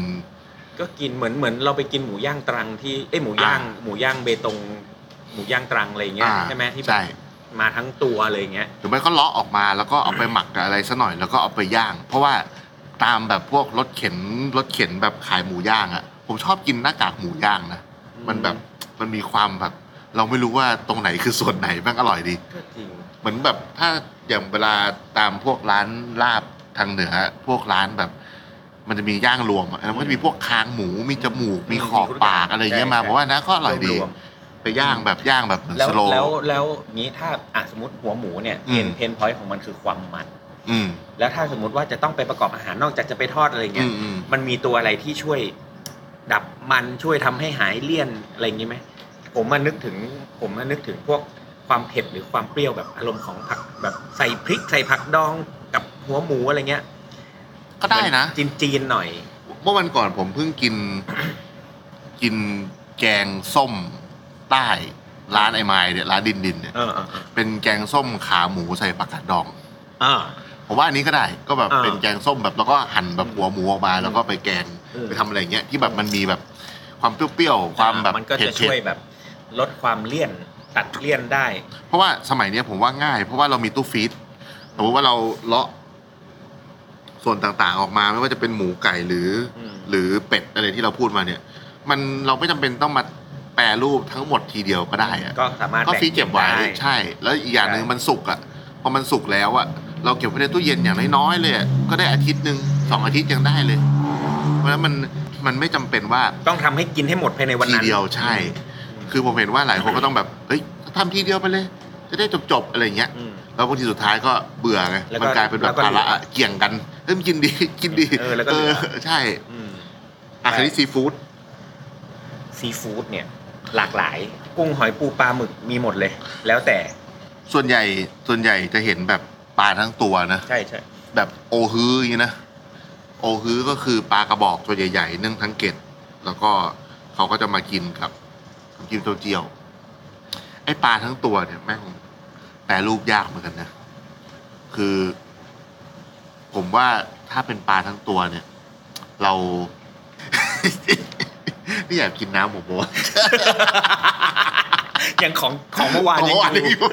ก็กินเหมือนเหมือนเราไปกินหมูย่างตรังที่เอ้ยหมูย่างหมูย่างเบตงหมูย่างตรังอะไรอย่างเงี้ย
อ่า
ใช่ไหมที่แบบ
ใช่
มาทั้งตัวเลยอย่างเงี้ย
หรือไม่ก็เลาะออกมาแล้วก็เอาไปหมักกับอะไรซะหน่อยแล้วก็เอาไปย่าง เพราะว่าตามแบบพวกรถเข็นรถเข็นแบบขายหมูย่างอะผมชอบกินหน้ากากหมูย่างนะ มันแบบมันมีความแบบ เราไม่รู้ว่าตรงไหนคือส่วนไหนแม่งอร่อยดี
ก็จริง
เหมือนแบบถ้าอย่างเวลาตามพวกร้านลาบทางเหนือ พวกร้านแบบ มันจะมีย่างรวมอะแล้วมันก็จะมีพวกคางหมูมีจมูกมีขอบปากอะไรเงี้ยมาผมว่านะก็อร่อยดี
วม
ไปย่างแบบย่างแบบเหมือน
ๆแล้
ส
ว
โล
แล้ว
ว์
แล้วงี้ถ้าอ่ะสมมติหัวหมูเนี่ย
อื
เพ
ม
นเพนพอยต์ของมันคือความมัน
อืม
แล้วถ้าสมมติว่าจะต้องไปประกอบอาหารนอกจากจะไปทอดอะไร
อื
เงี้ย
มอืม
มันมีตัวอะไรที่ช่วยดับมันช่วยทำให้หายเลี่ยนอะไรอย่างนี้ไหมผมมานึกถึง ผมมานึกถึงพวกความเผ็ดหรือความเปรี้ยวแบบอารมณ์ของผักแบบใส่พริกใส่ผักดองกับหัวหมูอะไรเงี้ย
ก็ได้นะ
จีนจีนๆหน่อย
เมื่อวันก่อนผมเพิ่งกิน *coughs* กินแกงส้มใต้ร้านไอไม้เนี่ยร้านดินดินเนี่ย
เออเออเออ
เป็นแกงส้มขาหมูใส่ผักกาดดอง
อ่า
ผมว่าอันนี้ก็ได้ก็แบบ
อ่า
เป็นแกงส้มแบบแล้วก็หั่นแบบหัวหมูออกมาแล้วก็ไปแกง
อืม
ไปทำอะไรอย่างเงี้ยที่แบบมันมีแบบความเปรี้ยวๆความแบบ
มันก็
เผ็
จะ
ด
ช่วยแบบ ลดความเลี่ยนตัดเลี่ยนได้
ๆเพราะว่าสมัยเนี้ยผมว่าง่าย เพราะว่าเรามีตู้ฟรีซสมมติว่าเราเลาะส่วนต่างๆออกมาไม่ว่าจะเป็นหมูไก่หรืออ
ม
หรือเป็ดอะไรที่เราพูดมาเนี่ย มันเราไม่จำเป็นต้องมาแปรรูปทั้งหมดทีเดียวก็ได้อะ
ก็สามารถ
ก็
แบ่ง
ฟรีเก็บไว้
ด้
ใช่ แล้วอีกอย่างหนึ่ง
ใช่
มันสุกอ่ะพอมันสุกแล้วอ่ะเราเก็บไว้ในตู้เย็นอย่างน้อยๆเลยอะก็ได้อาทิตย์หนึ่งสองอาทิตย์ยังได้เลย เพราะฉะนั้นมันมันไม่จำเป็นว่า
ต้องทำให้กินให้หมดภายในวัน
ที
นั้น
เดียวใช่ คือผมเห็นว่าหลายคนก็ต้องแบบเฮ้ยทำทีเดียวไปเลย จะได้จบๆอะไรอย่างเงี้ย
อืม
แล้วบางทีสุดท้ายก็เบื่อไง
แล้วก็
มันกลายเป็นแบ
แล้
บ
วก็
ภาระอะเกี่ยงกันเอ้ยมันกินดี *laughs* กินดี
เออแล้วก็เหลือ
ใช่
อืม
อาหารซีฟู้ด
ซีฟู้ดเนี่ยหลากหลาย กุ้งหอยปูปลาหมึกมีหมดเลย แล้วแต่
ส่วนใหญ่ส่วนใหญ่จะเห็นแบบปลาทั้งตัวนะ
ใช่ใช่
แบบโอฮื้ออย่างนี้นะ โอฮื้อก็คือปลากระบอกตัวใหญ่ๆนึ่งทั้งเกล็ดแล้วก็เขาก็จะมากินกับน้ำจิ้มเต้าเจี้ยว ไอ้ปลาทั้งตัวเนี่ยแม่งแปรรูปยากเหมือนกันนะ คือ ผมว่าถ้าเป็นปลาทั้งตัวเนี่ย เรา *laughs* นี่อยากกินน้ำผมบอกว่า
*laughs* อย่างของของเมื่อวาน
โอ้อัน
ยั
นี้อ
งอ
ยู่ ยู่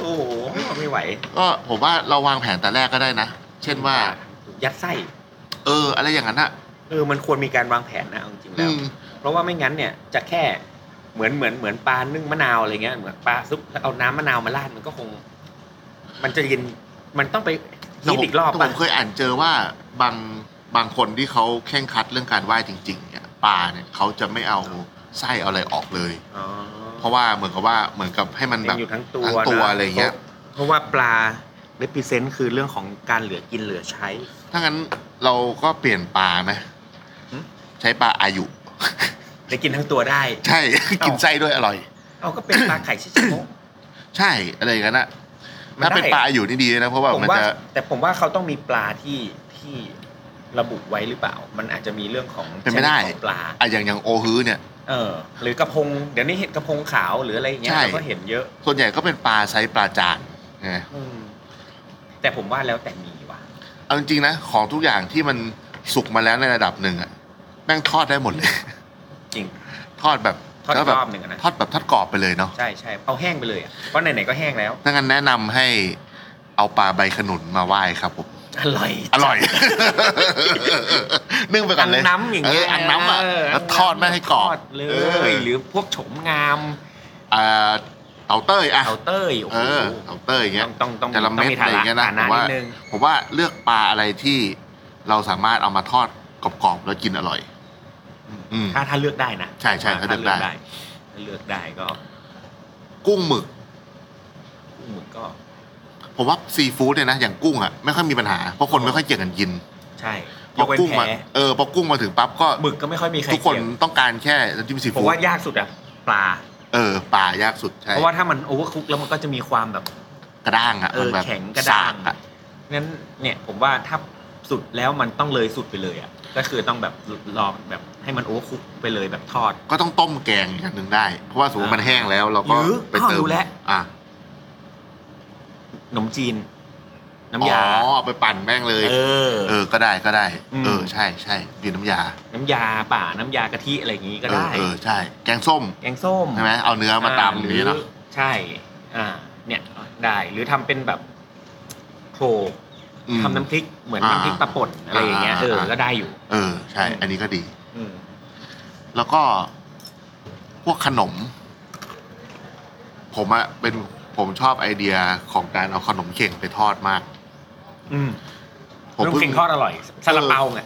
โอ้โหไม่ไหว
*laughs* ก็ผมว่าเราวางแผนแต่แรกก็ได้นะ เช่นว่า
ยัดไส้
เออ อะไรอย่างนั้นอะ
เออมันควรมีการวางแผนนะเอาจริงๆ
อื
แล้ว
ม
เพราะว่าไม่งั้นเนี่ยจะแค่เหมือนเหมือนเหมือนปลานึ่งมะนาวอะไรเงี้ยเหมือนปลาซุปแล้วเอาน้ำมะนาวมาราดมันก็คง มันจะเย็นมันต้องไปฮีทอีกรอบ
แต่ผ
ป่ะ
มเคยอ่านเจอว่าบางบางคนที่เขาแข่งคัดเรื่องการว่ายจริง ๆ เนี่ยปลาเนี่ยเขาจะไม่เอาไส้เอาอะไรออกเลย
อ๋อ
เพราะว่าเหมือนกับว่าเหมือนกับให้มันแบ
ยั
บ
งอยู่ทั้งตัว
ทั้งตัว
นะ
อะไรอย่างเงี้ย
เพราะว่าปลา represent คือเรื่องของการเหลือกินเหลือใช้
ถ้างั้นเราก็เปลี่ยนปลาไหม
หืม
ใช้ปลาอายุ
ได้กินทั้งตัวได้
ใช่ *laughs* กินไส้ด้วยอร่อย
เอาก็เป็นปลาไข่ชิชิโมะ
ใช่อะไรอย่างนั้นอะ
มัน
ถ้าเป็น
ได้
ปลาอายุนี่ดีเลยนะเพราะว่า
ผม
มัน
ว่า
จะ
แต่ผมว่าเขาต้องมีปลาที่ที่ระบุไว้หรือเปล่า มันอาจจะมีเรื่องของ
เป็นไม่ได้
ชนิของปลา
อะอย่างอย่างโอฮื้อเนี่ย
เออ หรือกระพง เดี๋ยวนี้เห็นกระพงขาวหรืออะไรอย่างเงี้ย
ใช่
เราก็เห็นเยอะ
ส่วนใหญ่ก็เป็นปลาไซส์ปลาจานไง
อืมแต่ผมว่าแล้วแต่มีว่ะ
เอาจริงๆนะ ของทุกอย่างที่มันสุกมาแล้วในระดับหนึ่งอะแม่งทอดได้หมดเลย
จริง
ทอดแบบ
ทอดอี
แล้ว
ก
แบบ
รอบหนึ่งอะนะ
ทอดแบบทอดกรอบไปเลยเนาะ
ใช่ใช่เอาแห้งไปเลยอ่ะเพราะไหนๆก็แห้งแล้ว
ถ้างั้นแนะนำให้เอาปลาใบขนุนมาไหว้ครับผม
อร่อย
อร่อย นึ่งไปก่อนเลย
อังน้ำอย่างเงี้ย
อังน้ำอะ
เ
แล้วทอดไม่ให้กรอบ
ทดเล
เอย อ
หรือพวกโฉมงาม
อ่าเต่าเต้ยอะ
เอาเต้ยโอ้
เออ
โห
เต่าเต้ยอย่างเงี้ย
ต้องต้องต้อง
แต่ละ
ต้
เม็ด
มี
อะไรอย่างเงี้ยนะ
ฐา
ผมว่า
นิดนึง
ผมว่าเลือกปลาอะไรที่เราสามารถเอามาทอดกรอบๆแล้วกินอร่อย อืม
ถ้าถ้าเลือกได้นะ
ใช่ใช่
อ่
ถ้าเลือกได้
ถ้าเลือกได้ก็
กุ้งหมึก
กุ้งหมึกก็
ผมว่าซีฟู้ดเนี่ยนะอย่างกุ้งอะไม่ค่อยมีปัญหาเพราะคนไม่ค่อยเกี่ยงกันกิน
ใช่
พอกุ้งมาเออพอกุ้งมาถึงปั๊บก็
หมึกก็ไม่ค่อยมีใคร
ทุกคน
เยง
ต้องการแค่น้ำจิ้มซี
ผม
ฟู้ด
ว่ายากสุดอะปลา
เออปลายากสุดใช่
เพราะว่าถ้ามันโอเวอร์คุกแล้วมันก็จะมีความแบบ
กระด้างอะ
เอ
มัน
อ
แบบ
แข็งกระด้าง
สอะ
นั้นเนี่ยผมว่าถ้าสุดแล้วมันต้องเลยสุดไปเลยอะก็คือต้องแบบลองแบบให้มันโอเวอร์คุกไปเลยแบบทอด
ก็ต้องต้มแกงอย่างหนึ่งได้ เพราะว่าสมมติมันแห้งแล้วเราก็
หรือ
ไป
อ้าว
เติม
รู้แล้ว
อ่ะ
ขนมจีน
อ๋อย
น้ำา
เอาไปปั่นแม่งเลย
เออ
เออก็ได้ก็ได้
อืม
เออใช่ใช่ดื่มน้ำยา
น้ำยาป่าน้ำยากะทิอะไรอย่างนี้ก็
เออ
ได้
เออใช่ แกงส้ม
แกงส้ม
ใช่ไหมเอาเนื้อมาตำอย่างนี้เนาะ
หรือใช่ อ่า เนี่ยได้หรือทำเป็นแบบโขลก
อืม
ทำน้ำพริกเหมือน
อ่า
น้ำพริกปลาป่นอะไรอย่างเงี้ย
อ่า
เออ
อ่า
ก็ได้อยู่
เออใช่ อันนี้ก็ดี
อืม
แล้วก็พวกขนม ผมอะเป็นผมชอบไอเดียของการเอาขนมเข่งไปทอดมาก
อืม
ผม
น้ำ
เพิ่
พริ
ง
กทอดอร่อยซาลาเปาไง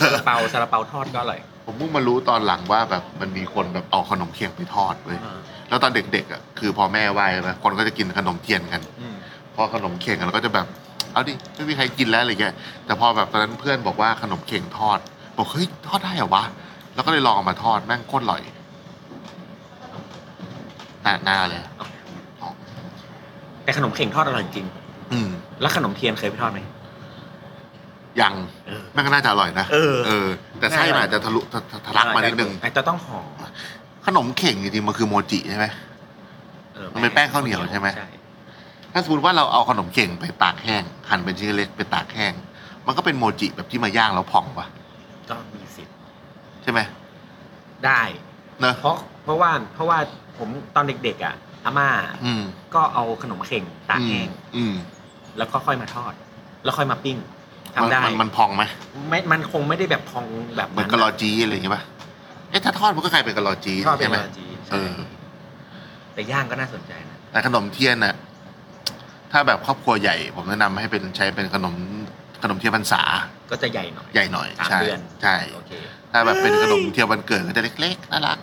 เออ
ซาลาเปาซาลาเปาทอดก็อร่อย
ผมเพิ่งมารู้ตอนหลังว่าแบบมันมีคนแบบเอาขนมเข่งไปทอดเว้ย
อ่า
แล้วตอนเด็กๆอะคือพอแม่ไหว้ใช่ไหมคนก็จะกินขนมเทียนกัน
อืม
พอขนมเข่งเราก็จะแบบเอาดิไม่มีใครกินแล้วอะไรเงี้ยแต่พอแบบตอนนั้นเพื่อนบอกว่าขนมเข่งทอด บอกเฮ้ยทอดได้เหรอวะแล้วก็เลยลองเอามาทอดแม่งโคตรอร่อยหน้าหน้าเลย
แต่ขนมเข่งทอดอร่อยจริง
อืม
แล้วขนมเทียนเคยไปทอดไหม
ยัง
เออ
แม่งก็น่าจะอร่อยนะ
เออ
แต่ไส้มัน
น่าอร่อย
อาจจะทะลุทะทะทะลักมานิดนึง
อาจจะต้องห่อ
ขนมเข่งจริงๆมันคือโมจิใช่ไหม
ออ
มันเป็นแป้งข้าวเหนียวใช่ไหม ถ้าสมมติว่าเราเอาขนมเข่งไปตากแห้ง หั่นเป็นชิ้นเล็กไปตากแห้ง มันก็เป็นโมจิแบบที่มาย่างแล้วพองปะ
ก็มีสิทธิ์
ใช่ไหม
ได้
เนอะ
เพราะเพราะว่าเพราะว่าผมตอนเด็กๆอ่ะอาม่า
อืม
ก็เอาขนมเข่งตาก
อื
แห้
ม
ง
อืม
แล้วก็ค่อยมาทอด แล้วค่อยมาปิ้ง ทำได้
มันมันพองไหม
ไม่มันคงไม่ได้แบบพองแบบ
เหมือนกะลอจีอะไรอย่างเงี้ยป่ะเอ๊ะถ้าทอดมันก็กลายเป็นกะลอจี
ชอบเป็น
ใช่ไหม
กะลอจี
เอ
ใช่
อ
แต่ย่างก็น่าสนใจนะ
แต่ขนมเทียนน่ะ ถ้าแบบครอบครัวใหญ่ ผมแนะนำให้เป็นใช้เป็นขนมขนมเทียนพรรษา
ก็จะใหญ่หน่อย
ใหญ่หน่อย
สาม
ใช่
เดือน
ใช่
โอเค
ถ้าแบบเป็นขนมเทียนวันเกิดก็จะเล็กๆน่ารัก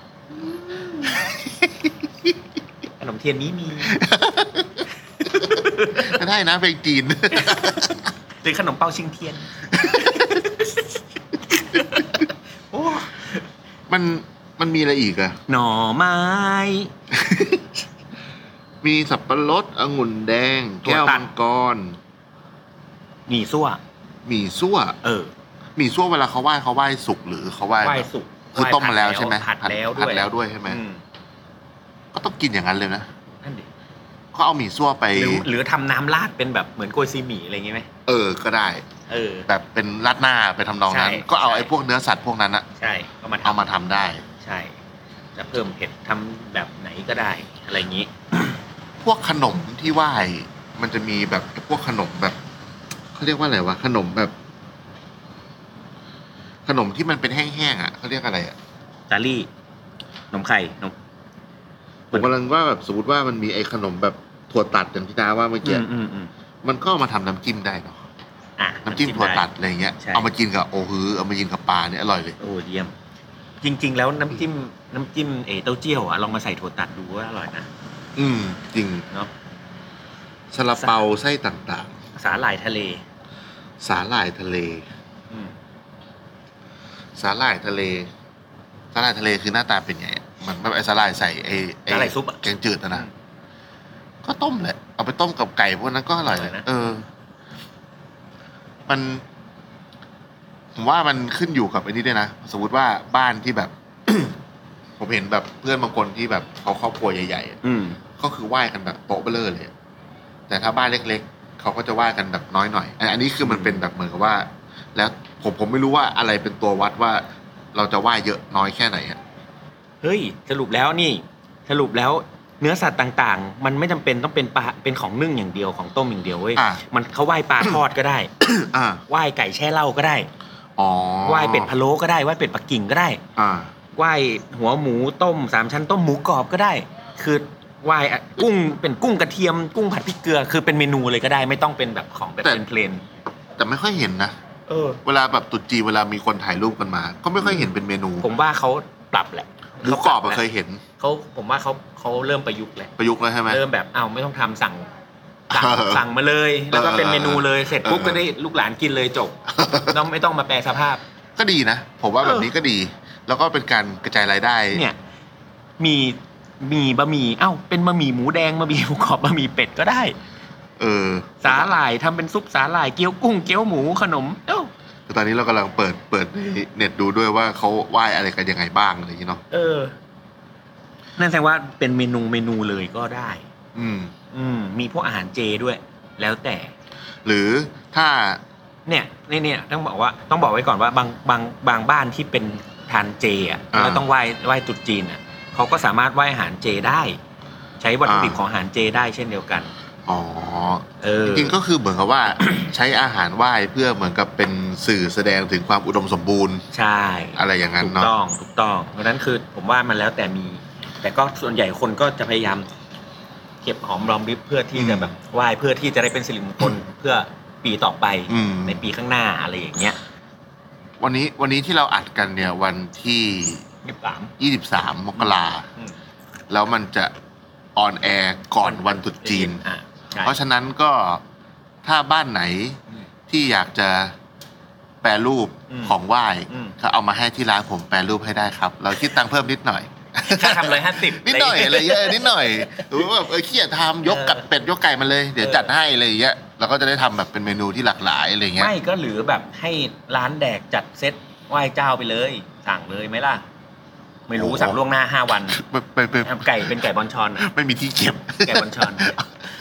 *laughs*
ขนมเทียนนี้มี
ก็ได้นะเพลงจีน *laughs*
หรือขนมเปาชิงเทียน โอ้
มันมันมีอะไรอีกอะ
หน่อไม้
มีสับปะรดองุ่นแดง
ถั่วตัด
แก้วมังกร
หมี่ซั่ว
หมี่ซั่ว
เออ
หมี่ซั่วเวลาเขาไหว้เขาไหว้สุกหรือเขาไหว้
ไหว้
แบบ
สุก
คือต้มมาแล้วใช่ไหม
ผัดแล้ว
ผั
ด้
ด
วย
แล้วด้วยใช่ไหม
อืม
ก็ต้องกินอย่างนั้นเลยนะ
นั่นดิ
เขาเอาหมี่ซั่วไป
หรือหรือทำน้ำราดเป็นแบบเหมือนโกยซีหมี่อะไรอย่างงี้ไหม
เออก็ได้
เออ
แบบเป็นรัดหน้าไปทำนองนั้น
ใช่
ก็เอาไอ้
ใช่
พวกเนื้อสัตว์พวกนั้นอะ
ใช่เอามา
เอา
ทำ
มาทำได้
ใช่ จะเพิ่มเผ็ดทำแบบไหนก็ได้ อะไรอย่างงี้
พวกขนมที่ไหว้ มันจะมีแบบพวกขนมแบบเขาเรียกว่าอะไรวะขนมแบบ ขนมที่มันเป็นแห้งๆอ่ะเขาเรียกอะไรอ่ะ
จารี่นมไข่นม
ผ
มัน
มกำลังว่าแบบสมมติว่ามันมีไอ้ขนมแบบถั่วตัดอย่างที่น้าว่าเมื่อกี้
อืมอืมอืม
มันก็เอามาทำน้ำจิ้มได้เนาะ
อ่ะ
น้ำจิ้มถั่วตัดอะไรเงี้ย
ใช่
เอามากินกับโอฮือเอามากินกับปลาเนี่ยอร่อยเลย
โอ้เยี่ยม จริง ๆ แล้วน้ำจิ้มน้ำจิ้มเอเต้าเจี้ยวอ่ะลองมาใส่ถั่วตัดดูว่าอร่อยนะ
อืม จริง
เนาะ
ซาลาเปาไส้ต่าง
สาหร่ายทะเล
ๆ สาหร่ายทะเล
อืม
สาหร่ายทะเล สาหร่ายทะเลคือหน้าตาเป็นไงอะเหมือนแบบไอ้สาหร่ายใส่ไอ้ไอ้
สาหร่ายซุปอ่ะ
แกงจืดอะนะ ก็ต้มแหละ เอาไปต้มกับไก่พวกนั้นก็อร่อย
อร่อยนะ
เออ มัน ผมว่ามันขึ้นอยู่กับไอ้นี่ด้วยนะ สมมติว่าบ้านที่แบบ *coughs* ผมเห็นแบบเพื่อนบางคนที่แบบเขาครอบครัวใหญ่ๆอะ
อืม
ก็คือไหว้กันแบบโต๊ะเบลเลอร์เลยอะแต่ถ้าบ้านเล็ก ๆ เขาก็จะไหว้กันแบบน้อยหน่อยอันอันนี้คือมันเป็นแบบเหมือนกับว่า แล้วผมผมไม่รู้ว่าอะไรเป็นตัววัดว่า เราจะไหว้เยอะน้อยแค่ไหนอะ
เฮ้ย สรุปแล้วนี่ สรุปแล้วเนื้อสัตว์ต่างๆ มันไม่จำเป็นต้องเป็นปลาเป็นของนึ่งอย่างเดียวของต้มอย่างเดียวเว้ย
อ่ะ
มันเขาไหว้ปลาทอดก็ได้
อ่า
ไหว้ไก่แช่เหล้าก็ได้
อ๋อ
ไหว้เป็ดพะโล้ก็ได้ไหว้เป็ดปักกิ่งก็ได้
อ่า
ไหว้หัวหมูต้มสามชั้นต้มหมูกรอบก็ได้ คือไหว้อะกุ้งเป็นกุ้งกระเทียม กุ้งผัดพริกเกลือ คือเป็นเมนูเลยก็ได้ไม่ต้องเป็นแบบของแบบ
แต่
เป็นเพลน
แต่ไม่ค่อยเห็นนะ
เออ
เวลาแบบตรุ๊จีนเวลามีคนถ่ายรูปกันมา ก็ไม่ค่อยเห็นเป็นเมนู
ผมว่าเขาปรับแหละ
หมูกรอบอะ
ขาป
เค
แห
ย
ละ
เห็น
เขาผมว่าเขาเขาเริ่มประยุกต์แล้ว
ประยุกต์แล้วใช่ไหม
เริ่มแบบเอาวไม่ต้องทำ
*laughs*
สั่งสั่ง
เออ
สั่งมาเลย แล้วก็
เออ
เป็นเมนูเลยเสร็จปุ๊บ
เออ
ก็ได้ลูกหลานกินเลย
*laughs*
จบต้องไม่ต้องมาแปลสภาพ
ก็ดีนะ ผมว่า
เออ
แบบนี้ก็ดี แล้วก็เป็นการกระจายรายได้
เนี่ย มีมีบะหมี่เอ้าเป็นบะหมี่หมูแดงบะหมี่หมูกรอบบะหมี่เป็ดก็ได้
เออ
สาหร่ายทำเป็นซุปสาหร่ายเกี๊ยวกุ้งเกี๊ยวหมูขนมเอ้า
แต่ตอนนี้เรากำลังเปิดเปิดในเน็ตดูด้วยว่าเขาไหว้อะไรกันยังไงบ้างอะไรอย่างเงี้ยเนาะ
เออ นั่นแสดงว่าเป็นเมนูเมนูเลยก็ได้
อืม
อืม มีพวกอาหารเจด้วย แล้วแต่
หรือถ้า
เนี่ยเนี่ยเนี่ยต้องบอกว่าต้องบอกไว้ก่อนว่าบางบางบางบ้านที่เป็นทานเจอ่ะ
อ่า
แล้วต้องไหว้ไหว้ตรุษจีนอ่ะเขาก็สามารถไหว้อาหารเจได้ ใช้วัตถุดิบ
อ่า
ของอาหารเจได้เช่นเดียวกัน
อ๋อ
เออ
จริงๆก็คือเหมือนกับว่า *coughs* ใช้อาหารไหว้เพื่อเหมือนกับเป็นสื่อแสดงถึงความอุดมสมบูรณ์
ใช่
อะไรอย่างนั้น
ถูก
เนาะ
ต้องถูกต้องเพราะฉะนั้นคือผมว่ามันแล้วแต่มี แต่ก็ส่วนใหญ่คนก็จะพยายามเก็บหอมรอมริบเพื่อที่จะแบบไหว้เพื่อที่จะได้เป็นสิริมงคลเพื่อปีต่อไป
อืม
ในปีข้างหน้าอะไรอย่างเงี้ย
วันนี้วันนี้ที่เราอัดกันเนี่ยวันที่
ยี่สิบสาม
23 มกรา
อืม
แล้วมันจะออนแอร์ก่อนวันตรุษจีน
อ่ะใช่
เพราะฉะนั้นก็ถ้าบ้านไหน
อืม
ที่อยากจะแปรรูป
อืม
ของไหว้
อืม
ก็เอามาให้ที่ร้านผมแปรรูปให้ได้ครับ เราคิดตังค์เพิ่มนิดหน่อย
ค่าทำร้อยห้าสิบ
นิดหน่
*laughs*
อยอะไรเงี้ยเออนิดหน่อยหรือว่าแบบเออขี้เกียจทำยกกับเป็ดยกไก่มาเลย เดี๋ยว
เออ
จัดให้อะไรอย่างเงี้ยเราก็จะได้ทำแบบเป็นเมนูที่หลากหลายอะไรเงี้ย
ไม่ก็หรือแบบให้ร้านแดกจัดเซตไหว้เจ้าไปเลย สั่งเลยไหมล่ะ ไม่รู้สั่งล่วงหน้าห้าวัน
ไม่ไม่ไม่
ทำไก่เป็นไก่บอลชอนอะ
ไม่มีที่เก็บ
ไก่บอล
*laughs*
ชอน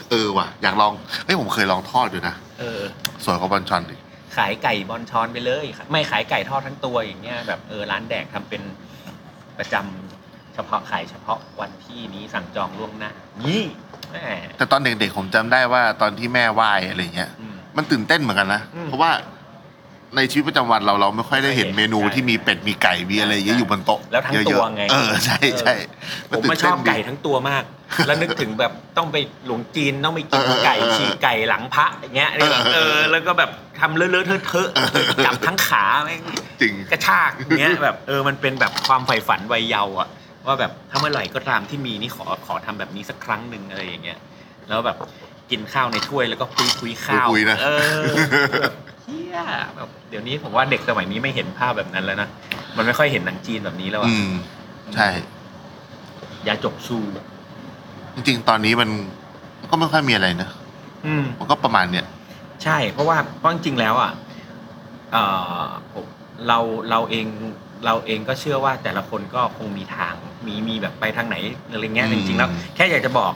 เออว่ะอยากลองเฮ้ยผมเคยลองทอดอยู่นะ
เออ
สวยกว่าบอลชอนดิ
ขายไก่บอลชอนไปเลย ไม่ขายไก่ทอดทั้งตัวอย่างเงี้ยแบบเออร้านแดกทำเป็นประจำเฉพาะขายเฉพาะวันที่นี้สั่งจองล่วงหน้านี่แหม
แต่ตอนเด็กๆผมจำได้ว่าตอนที่แม่ไหว้อะไรเงี้ย
อืม
มันตื่นเต้นเหมือนกันนะ
อืม
เพราะว่า ในชีวิตประจำวันเราเราไม่ค่อยได้เห็น
ใช่
เมนู
ใช่
ที่มีเป็ดมีไก่มีอะไรเย
ใช่
อะอยู่บนโต๊ะ
แล้วทั้ง
เยอะๆ
ตัวไง
เออใช่ใช่
เออผม
ตื่
มาน ช
เต้
อน บไก่
ดี
ทั้งตัว
*laughs*
มาก แล้วนึกถึงแบบต้องไปหลวงจีนต้องไปกิน
เออ
ไก่
เออ
ฉีกไก่หลังพระอย่างเงี้ยนี่แบบ
เอ
เอ
อเออ
อแล้วก็แบบทำเลอะๆเทอะๆจับทั้งขาแม่ง
จริง
กระชากอย่างเงี้ยแบบเออมันเป็นแบบความใฝ่ฝันวัยเยาว์อะว่าแบบถ้าเมื่อไหร่ก็ตามที่มีนี่ขอขอทำแบบนี้สักครั้งหนึ่งอะไรอย่างเงี้ยแล้วแบบกินข้าวในถ้วยแล้วก็คุยคุยข้าว
คุยๆนะ
เออแบบเฮียแบบเดี๋ยวนี้ผมว่าเด็กสมัยนี้ไม่เห็นภาพแบบนั้นแล้วนะมันไม่ค่อยเห็นหนังจีนแบบนี้แล้วอะ
อืม ใช่
ยาจกซู
จริงๆ ตอนนี้มันก็ไม่ค่อยมีอะไรนะ
อืม
มันก็ประมาณเนี้ย
ใช่ เพราะว่าเพราะจริงๆแล้วอ่ะเอ่อผมเราเราเองเราเองก็เชื่อว่าแต่ละคนก็คงมีทางมีมีแบบไปทางไหนอะไรเงี้ย
อื
จ
ม
ริงๆแล้วแค่อยากจะบอก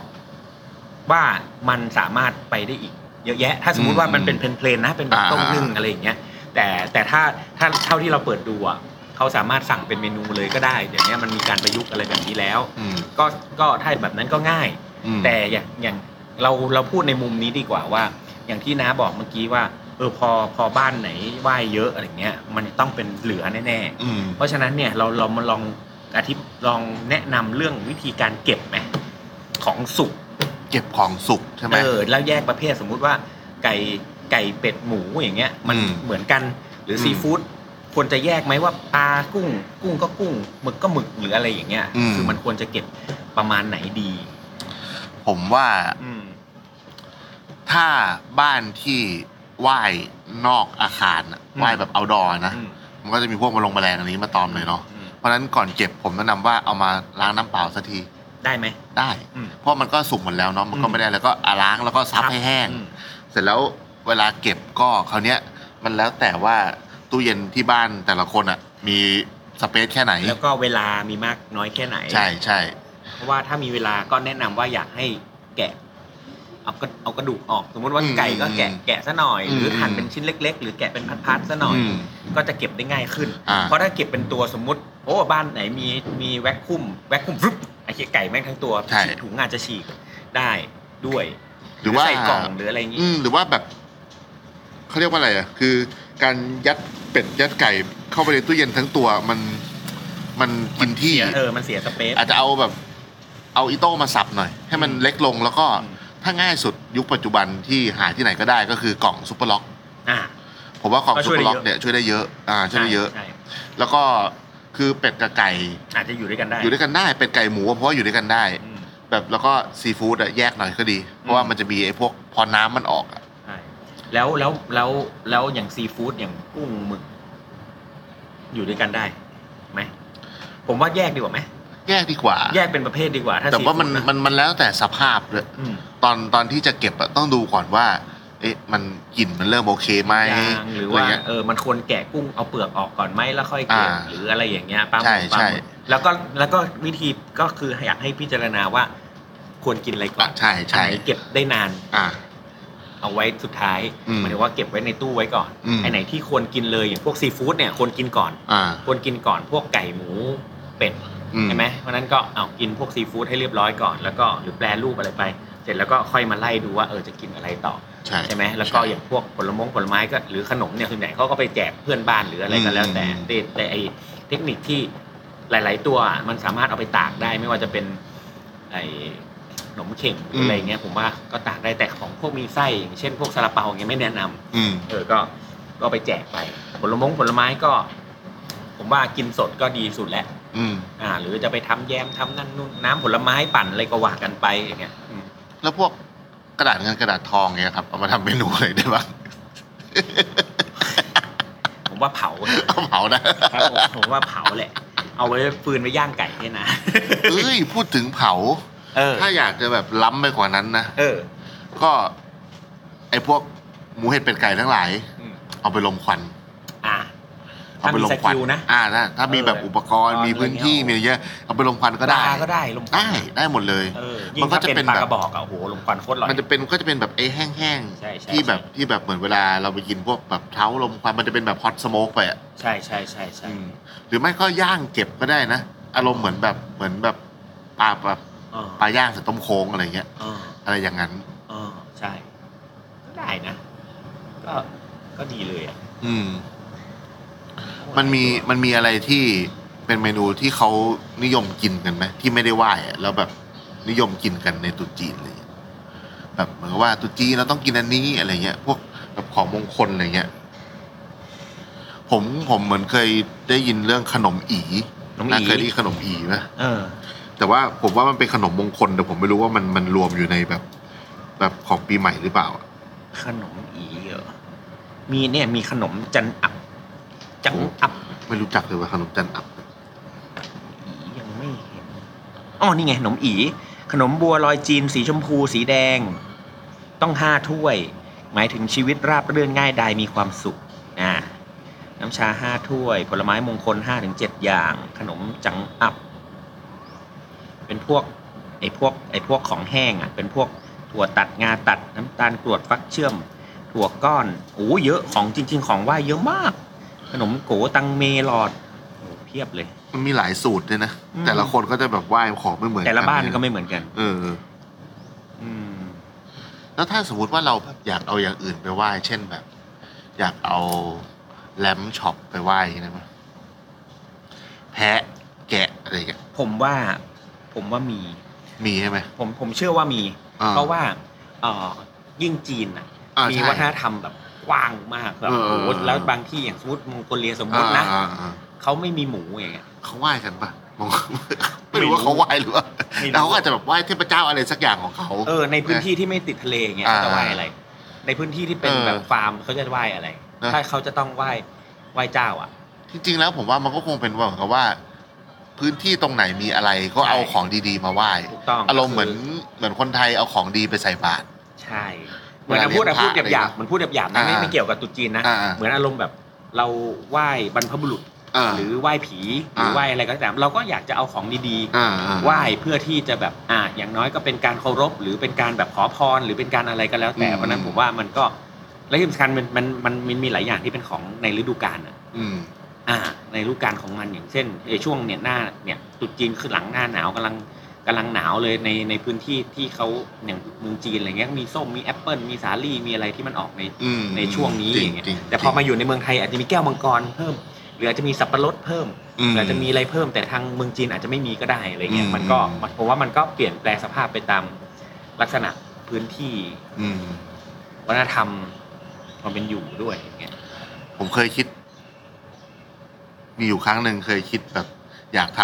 ว่ามันสามารถไปได้อีก เยอะแยะ ถ้าสมมติว่ามันเป็นเพลนๆนะเป็นแบบ
อ่า
ต้มนึ่งอะไรอย่างเงี้ย แต่แต่ถ้าถ้าเท่าที่เราเปิดดูอ่ะเขาสามารถสั่งเป็นเมนูเลยก็ได้เดี๋ยวนี้มันมีการประยุกต์อะไรแบบนี้แล้ว
อืม
ก็ก็ถ้าแบบนั้นก็ง่าย
อืม
แต่อย่างอย่างเราเราพูดในมุมนี้ดีกว่าว่า อย่างที่น้าบอกเมื่อกี้ว่าเออพอพอบ้านไหนไหว้เยอะอะไรเงี้ยมันต้องเป็นเหลือแน่
อืม
ๆเพราะฉะนั้นเนี่ยเราเรามาลองอธิบลองแนะนำเรื่องวิธีการเก็บไหมของสุก
เก็บของสุกใช่ไหม
เออแล้วแยกประเภทสมมุติว่าไก่ไก่เป็ดหมูอย่างเงี้ยมัน
อืม
เหมือนกันหรืออ
ม
ซีฟู้ดควรจะแยกไหมว่าปลากุ้ง กุ้งก็กุ้งหมึกก็หมึกหรืออะไรอย่างเงี้ยคือมันควรจะเก็บประมาณไหนดี
ผมว่า
อืม
ถ้าบ้านที่ไหว้นอกอาคารน่ะ
อืม
ไหว้แบบเอาดอนะ
อืม
มันก็จะมีพวกมาลงแมลงอันนี้มาตอมเลยเนาะ
อืม
เพราะฉะนั้นก่อนเก็บผมแนะนำว่าเอามาล้างน้ำเปล่าสักที
ได้ไหม
ได้
อืม
เพราะมันก็สุกหมดแล้วเนาะ มันก็
อืม
ไม่ได้แล้วก็อ่ะล้างแล้วก็ซับให้แห้ง
อืม
เสร็จแล้วเวลาเก็บก็คราวเนี้ยมันแล้วแต่ว่าตู้เย็นที่บ้านแต่ละคนอ่ะมีสเปซแค่ไหน
แล้วก็เวลามีมากน้อยแค่ไหน
ใช่ใช่
เพราะว่าถ้ามีเวลาก็แนะนำว่าอยากให้แกะ เอากระเอากระดูกออก สมมติว่า
อืม
ไก่ก็แกะ
อืม
แกะซะหน่อย หรืออ
ม
หั่นเป็นชิ้นเล็ก ๆ หรือแกะเป็นพัดๆซะหน่อย
อืม
ก็จะเก็บได้ง่ายขึ้น
อ่า
เพราะถ้าเก็บเป็นตัวสมมติ โอ้บ้านไหนมีมีแวคคุมแวคคุมฟึบไอ้เหี้ยไก่แม่งทั้งตัว
ใช่
ฉีกถุงอาจจะฉีกได้ด้วย
หรือว่า
ใส่กล่องหรืออะไรอย่างงี้
อืมหรือว่าแบบเขาเรียกว่าอะไรอ่ะ คือการยัดเป็ดยัดไก่เข้าไปในตู้เย็นทั้งตัวมันมันกินที่
เสียเออมันเสียสเปซ
อาจจะเอาแบบเอาอีโต้มาสับหน่อย ให้มัน
อืม
เล็กลงแล้วก็
อืม
ถ้าง่ายสุดยุคปัจจุบันที่หาที่ไหนก็ได้ก็คือกล่องซุปเปอร์ล็อก
อ่า
ผมว่ากล่อง
ก็
ซุ
ช่
ป
วย
เปอร์
ได้
ล็อก
เยอะ
เนี่ยช่วยได้เยอะอ่าช่วยได้เยอะ
ใช่
แล้วก็คือเป็ดกับไก่
อาจจะอยู่ด้วยกันได้
อยู่ด้วยกันได้เป็ดไก่หมูอะเพราะว่าอยู่ด้วยกันได้
อืม
แบบแล้วก็ซีฟู้ดอะแยกหน่อยก็ดี เพราะว่ามันจะมีไอ้พวกพอน้ำมันออกอะ
ใช่แล้วแล้วแล้วแล้วอย่างซีฟู้ดอย่างกุ้งหมึก อยู่ด้วยกันได้ไหมผมว่าแยกดีกว่าไหม
แยกดีกว่า
แยกเป็นประเภทดีกว่า ถ้า
แต่ว่ามัน
ซีฟู้ดะ
มันมันแล้วแต่สภาพเลย
อืม
ตอนตอนที่จะเก็บอะต้องดูก่อนว่า เอ๊ะมันกลิ่นมันเริ่มโอเคไหม
ยางหรือว่า
ะไเงี้ย
เออมันควรแกะกุ้งเอาเปลือกออกก่อนไหมแล้วค่อยเก็บ
อ่า
หรืออะไรอย่างเงี้ยปลาห
ใช่
มึกปลา
ใช่
หมึกแล้วก็แล้วก็วิธีก็คืออยากให้พิจารณาว่า ควรกินอะไรก่อ
อ่ะ
น
ใช่
อัน
ใช่
ไหนเก็บได้นาน
อ่า
เอาไว้สุดท้าย
อืม
หมายถึงว่าเก็บไว้ในตู้ไว้ก่อน
อืม
ไอไหนที่ควรกินเลยอย่างพวกซีฟู้ดเนี่ยควรกินก่อน
อ่า
ควรกินก่อนพวกไก่หมูเป็ด
อื
ใช่ไหมเพราะฉะนั้นก็เอากินพวกซีฟู้ดให้เรียบร้อยก่อน แล้วก็หรือแปรรูปอะไรไป เสร็จแล้วก็ค่อยมาไล่ดูว่าเออจะกินอะไรต่อ
ใช่
ใช่ไหมแล้วก็อย่างพวกผลมงผลไม้ก็หรือขนมเนี่ยส่วนใหญ่เขาก็ไปแจกเพื่อนบ้านหรืออะไรก็แล้วแต่
อืม
แต่แต่ไอเทคนิคที่หลาย ๆ ตัวมันสามารถเอาไปตากได้ไม่ว่าจะเป็นไอขนมเข่งหรืออะไรเงี้ยผมว่าก็ตากได้แต่ของพวกมีไส้อย่างเช่นพวกซาลาเปาอย่างเงี้ยไม่แนะนำ
อืม
เออ ก็ ก็ไปแจกไป ผลมงผลไม้ก็ ผมว่ากินสดก็ดีสุดแหละ
อืม
อ่า หรือจะไปทำแยมทำนั่นนู่นน้ำผลไม้ปั่นอะไรก็ว่ากันไปอย่างเงี้ยอืม
แล้วพวกกระดาษเงินกระดาษทองเนี่ยครับเอามาทำเมนูอะไรได้บ้าง
ผมว่าเผาเถอะ
เอาเผานะครับ
ผมผมว่าเผาแหละ เอาไว้ฟืนไว้ย่างไก่เนี่ยนะ
เอ้ยพูดถึงเผา
เออ
ถ้าอยากจะแบบล้ำไปกว่านั้นนะ
เออ
ก็ ไอ้พวกหมูเห็ดเป็ดไก่ทั้งหลาย
อืม
เอาไปลมควัน
อ่า
เอา
ถ้า
ไป
มี
ลม
ส
ควัน
กิลนะ
อ่าถ้าถ้ามีแบบ
เออ
อุปกรณ์
อุปกรณ์
มีพื้นที่
อะไรเงี้
มี
ย
เยอะ เอาไปลมควันก็ได้
ปลาก็ได้ลมควั
ได้ ได้หมดเลย
เออยิ่
มัน
ง
ก็
ถ้า
จะ
เป็น
เป็น
ปลา
แบบ
กระบอกอ่ะโอ้โหลมควันโคตรอร่อย
มันจะเป็นก็จะเป็นแบบไอ้แห้ง
ใช่ใช่
ๆ ที่แบบที่แบบเหมือนเวลาเราไปกินพวกแบบเท้าลมควัน มันจะเป็นแบบฮอตสโมกไปอ่ะ
ใช่ใช่ใช่ใช่
หรือไม่ก็ย่างเก็บก็ได้นะ อารมณ์เหมือนแบบเหมือนแบบปลาแบบ
อ๋อ
ปลาย่างใส่ต้มโค้งอะไรเงี้ย
อ๋อ
อะไรอย่างนั้น
อ๋อใช่ ก็ได้นะ ก็ก็ดีเลยอ่ะ
อืม มันมีมันมีอะไรที่เป็นเมนูที่เขานิยมกินกันไหมที่ไม่ได้ไหว้อะแล้วแบบนิยมกินกันในตรุ๊จีนอะไรเลยแบบเหมือนกับว่าตรุ๊จีนเราต้องกินอันนี้อะไรเงี้ย พวกแบบของมงคลอะไรเงี้ย ผมผมเหมือนเคยได้ยินเรื่องขนมอี
ขนมอี๋
นะเคยได้ยินขนมอีไหม
เออ
แต่ว่าผมว่ามันเป็นขนมมงคลแต่ผมไม่รู้ว่ามันมันรวมอยู่ในแบบ แบบของปีใหม่หรือเปล่าอะ
ขนมอีเหรอมีเนี่ยมีขนมจันอับ จังอับ
ไม่รู้จักเลยว่าขนมจันอับ
อียังไม่เห็นอ๋อนี่ไงขนมอี ขนมบัวลอยจีน สีชมพู สีแดง ต้องห้าถ้วย หมายถึงชีวิตราบเรื่อนง่ายดายมีความสุขอ่าน้ำชาห้าถ้วย ผลไม้มงคลห้าถึงเจ็ดอย่าง ขนมจังอับ เป็นพวกไอ้พวกไอ้พวกของแห้งอ่ะ เป็นพวกถั่วตัดงาตัดน้ำตาลกรวดฟักเชื่อม ถั่วก้อนโอ้เยอะของจริง ๆ ของไหว้เยอะมาก ขนมโกตังเมหลอดโอ้เพียบเลย
มันมีหลายสูตรด้วยนะ
อืม
แต่ละคนก็จะแบบไหว้ของไม่เหมือนกั
แต่ละบ้านก็ไม่เหมือนกัน
เออ
อืม
แล้วถ้าสมมติว่าเราแบบอยากเอาอย่างอื่นไปไหว้ เช่นแบบ อยากเอาแลมช็อปไปไหว้นะมั้ยแพะแกะอะไรอย่างเงี้ย
ผมว่าผมว่ามี
มีใช่ไหม
ผมผมเชื่อว่ามี
อ่า
เพราะว่าเออยิ่งจีนอ่ะ
อ่ามี
มีวัฒนธรรมแบบกว้างมากแบบ
เออ
โอ้โห
เออ
แล้วบางที่อย่างสมมติมองโกเลียสมมตินะ
อ่าอ่าอ่า
เขาไม่มีหมูอย่างเงี้ย
เขาไหว้กันปะมอง
ไม่
ไม่
รู้
รู้ว่าเขาไหว้หรือว่า
ไม่รู้
แต่เขาอาจจะแบบไหว้เทพเจ้าอะไรสักอย่างของเขา
เออในพื้นที่ที่ไม่ติดทะเลเงี้ย
อ่า
จะไหว้อะไร ในพื้นที่ที่เป็น
เออ
แบบฟาร์มเขาจะไหว้อะไร
นะ
ถ้าเขาจะต้องไหว้ไหว้เจ้าอ่ะ
จริงๆแล้วผมว่ามันก็คงเป็นว่าเหมือนกับว่า พื้นที่ตรงไหนมีอะไรก็เอา
ใช่
ของดีๆมาไหว้
ถูกต้อง
อารมณ์เหมือน
คื
เหมือนคนไทยเอาของดีไปใส่บาตร
ใช่เหมือนพูดอะพูดหยาบๆเหมือนพูดหยาบๆนะไม่
อ่า
ไม่เกี่ยวกับตรุษจีนนะ
อ่า
เหมือนอารมณ์แบบเราไหว้บรรพบุรุษ
อ่า
หรือไหว้ผีหรือ
อ่า
ไหว้อะไรก็ตามเราก็อยากจะเอาของดี
อ่าอ่า
ๆไหว้เพื่อที่จะแบบอ่ะอย่างน้อยก็เป็นการเคารพ หรือเป็นการแบบขอพร หรือเป็นการอะไรก็แล้ว แต่เพราะฉะนั้นผมว่ามันก็และที่สำคัญมันมันมันมันมีหลายอย่างที่เป็นของในฤดูกาลอะ
อืม
อ่าในฤดูกาลของมันอย่างเช่นเอ่อช่วงเนี่ยหน้าเนี่ยตรุษจีนคือหลังหน้าหนาวกำลังกำลังหนาวเลยในในพื้นที่ที่เขาอย่างเมืองจีนอะไรเงี้ยมีส้มมีแอปเปิลมีสาลี่มีอะไรที่มันออกใน
อืม
ในช่วงนี้
จริ
อง ย่างเงี้ย
จริง
แต่พอมาอยู่ในเมืองไทยอาจจะมีแก้วมังกรเพิ่ม หรืออาจจะมีสับปะรดเพิ่ม
อืม
หรืออาจจะมีอะไรเพิ่มแต่ทางเมืองจีนอาจจะไม่มีก็ได้อะไรเงี้ย
อืม
มันก็มันผมว่ามันก็เปลี่ยนแปลงสภาพไปตามลักษณะพื้นที่
อืม
วัฒนธรรมความเป็นอยู่ด้วยอย่างเงี้ย
ผมเคยคิด มีอยู่ครั้งหนึ่งเคยคิดแบบ อยากท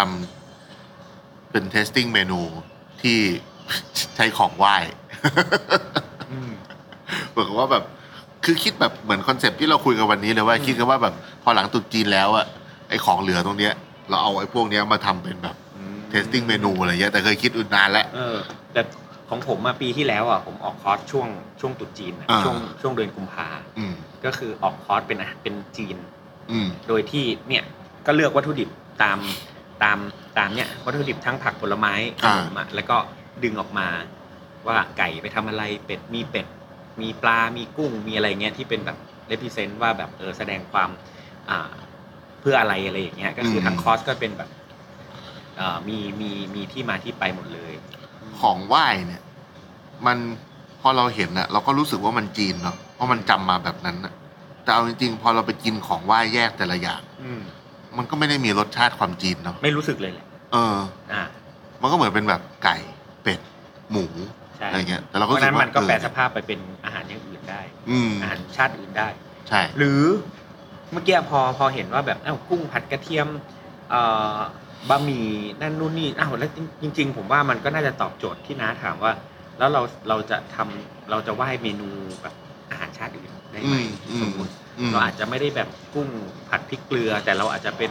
ำเป็น testing เมนูที่ *laughs* ใช้ของไหว้
อืม
เหมือนกับว่าแบบคือคิดแบบเหมือนคอนเซปต์ที่เราคุยกันวันนี้เลยว่า
อืม
คิดกันว่าแบบพอหลังตรุษจีนแล้วอะไอของเหลือตรงเนี้ย เราเอาไอพวกเนี้ยมาทำเป็นแบบ testing เมนูอะไรเงี้ยแต่เคยคิดอุนานแล้ว
เออแต่ของผมมาปีที่แล้วอ่ะผมออกคอร์สช่วงช่วงตรุษจีนอะ
อ่า
ช่วงช่วงเดือนกุมภา
อืม
ก็คือออกคอร์สเป็นอาหารเป็นจีน
อืม
โดยที่เนี่ยก็เลือกวัตถุดิบตามตามตามเนี่ยวัตถุดิบทั้งผักผลไม้ข
อ่า
นมอะแล้วก็ดึงออกมา ว่าไก่ไปทำอะไรเป็ดมีเป็ด มีปลามีกุ้งมีอะไรเงี้ยที่เป็นแบบเลพิเซนต์ว่าแบบเออแสดงความอ่าเพื่ออะไรอะไรอย่างเงี้ยก็คือทั้งคอร์สก็เป็นแบบอ่ามีมีมีที่มาที่ไปหมดเลย
ของไหว้เนี่ย มันพอเราเห็นอะเราก็รู้สึกว่ามันจีนเนาะเพราะมันจำมาแบบนั้นอะแต่เอาจริงๆพอเราไปกินของไหว้แยกแต่ละอย่าง
อืม
มันก็ไม่ได้มีรสชาติความจีนเนาะ
ไม่รู้สึกเลยแหละ
เออ
อ่า
มันก็เหมือนเป็นแบบไก่เป็ดหมู
ใช่
อะไรเงี้ยแต่
เพ
เราก็
ราะ
รู้
ฉะ
สึกว่า
นั้นมันก็
เออ
แปลสภาพไปเป็นอาหารอย่างอื่นได้
อืม
อาหารชาติอื่นได้
ใช่
หรือเมื่อกี้พอพอเห็นว่าแบบอ้าวกุ้งผัดกระเทียมเอ่อบะหมี่นั่นนู่นนี่อ้าวแล้วจริง ๆ ผมว่ามันก็น่าจะตอบโจทย์ที่น้าถามว่า แล้วเราเราจะทำเราจะไหว้เมนูแบบอาหารชาติอื่นได้ไหม
อืมอืม
สมมติ
อืม
เราอาจจะไม่ได้แบบกุ้งผัดพริกเกลือ แต่เราอาจจะเป็น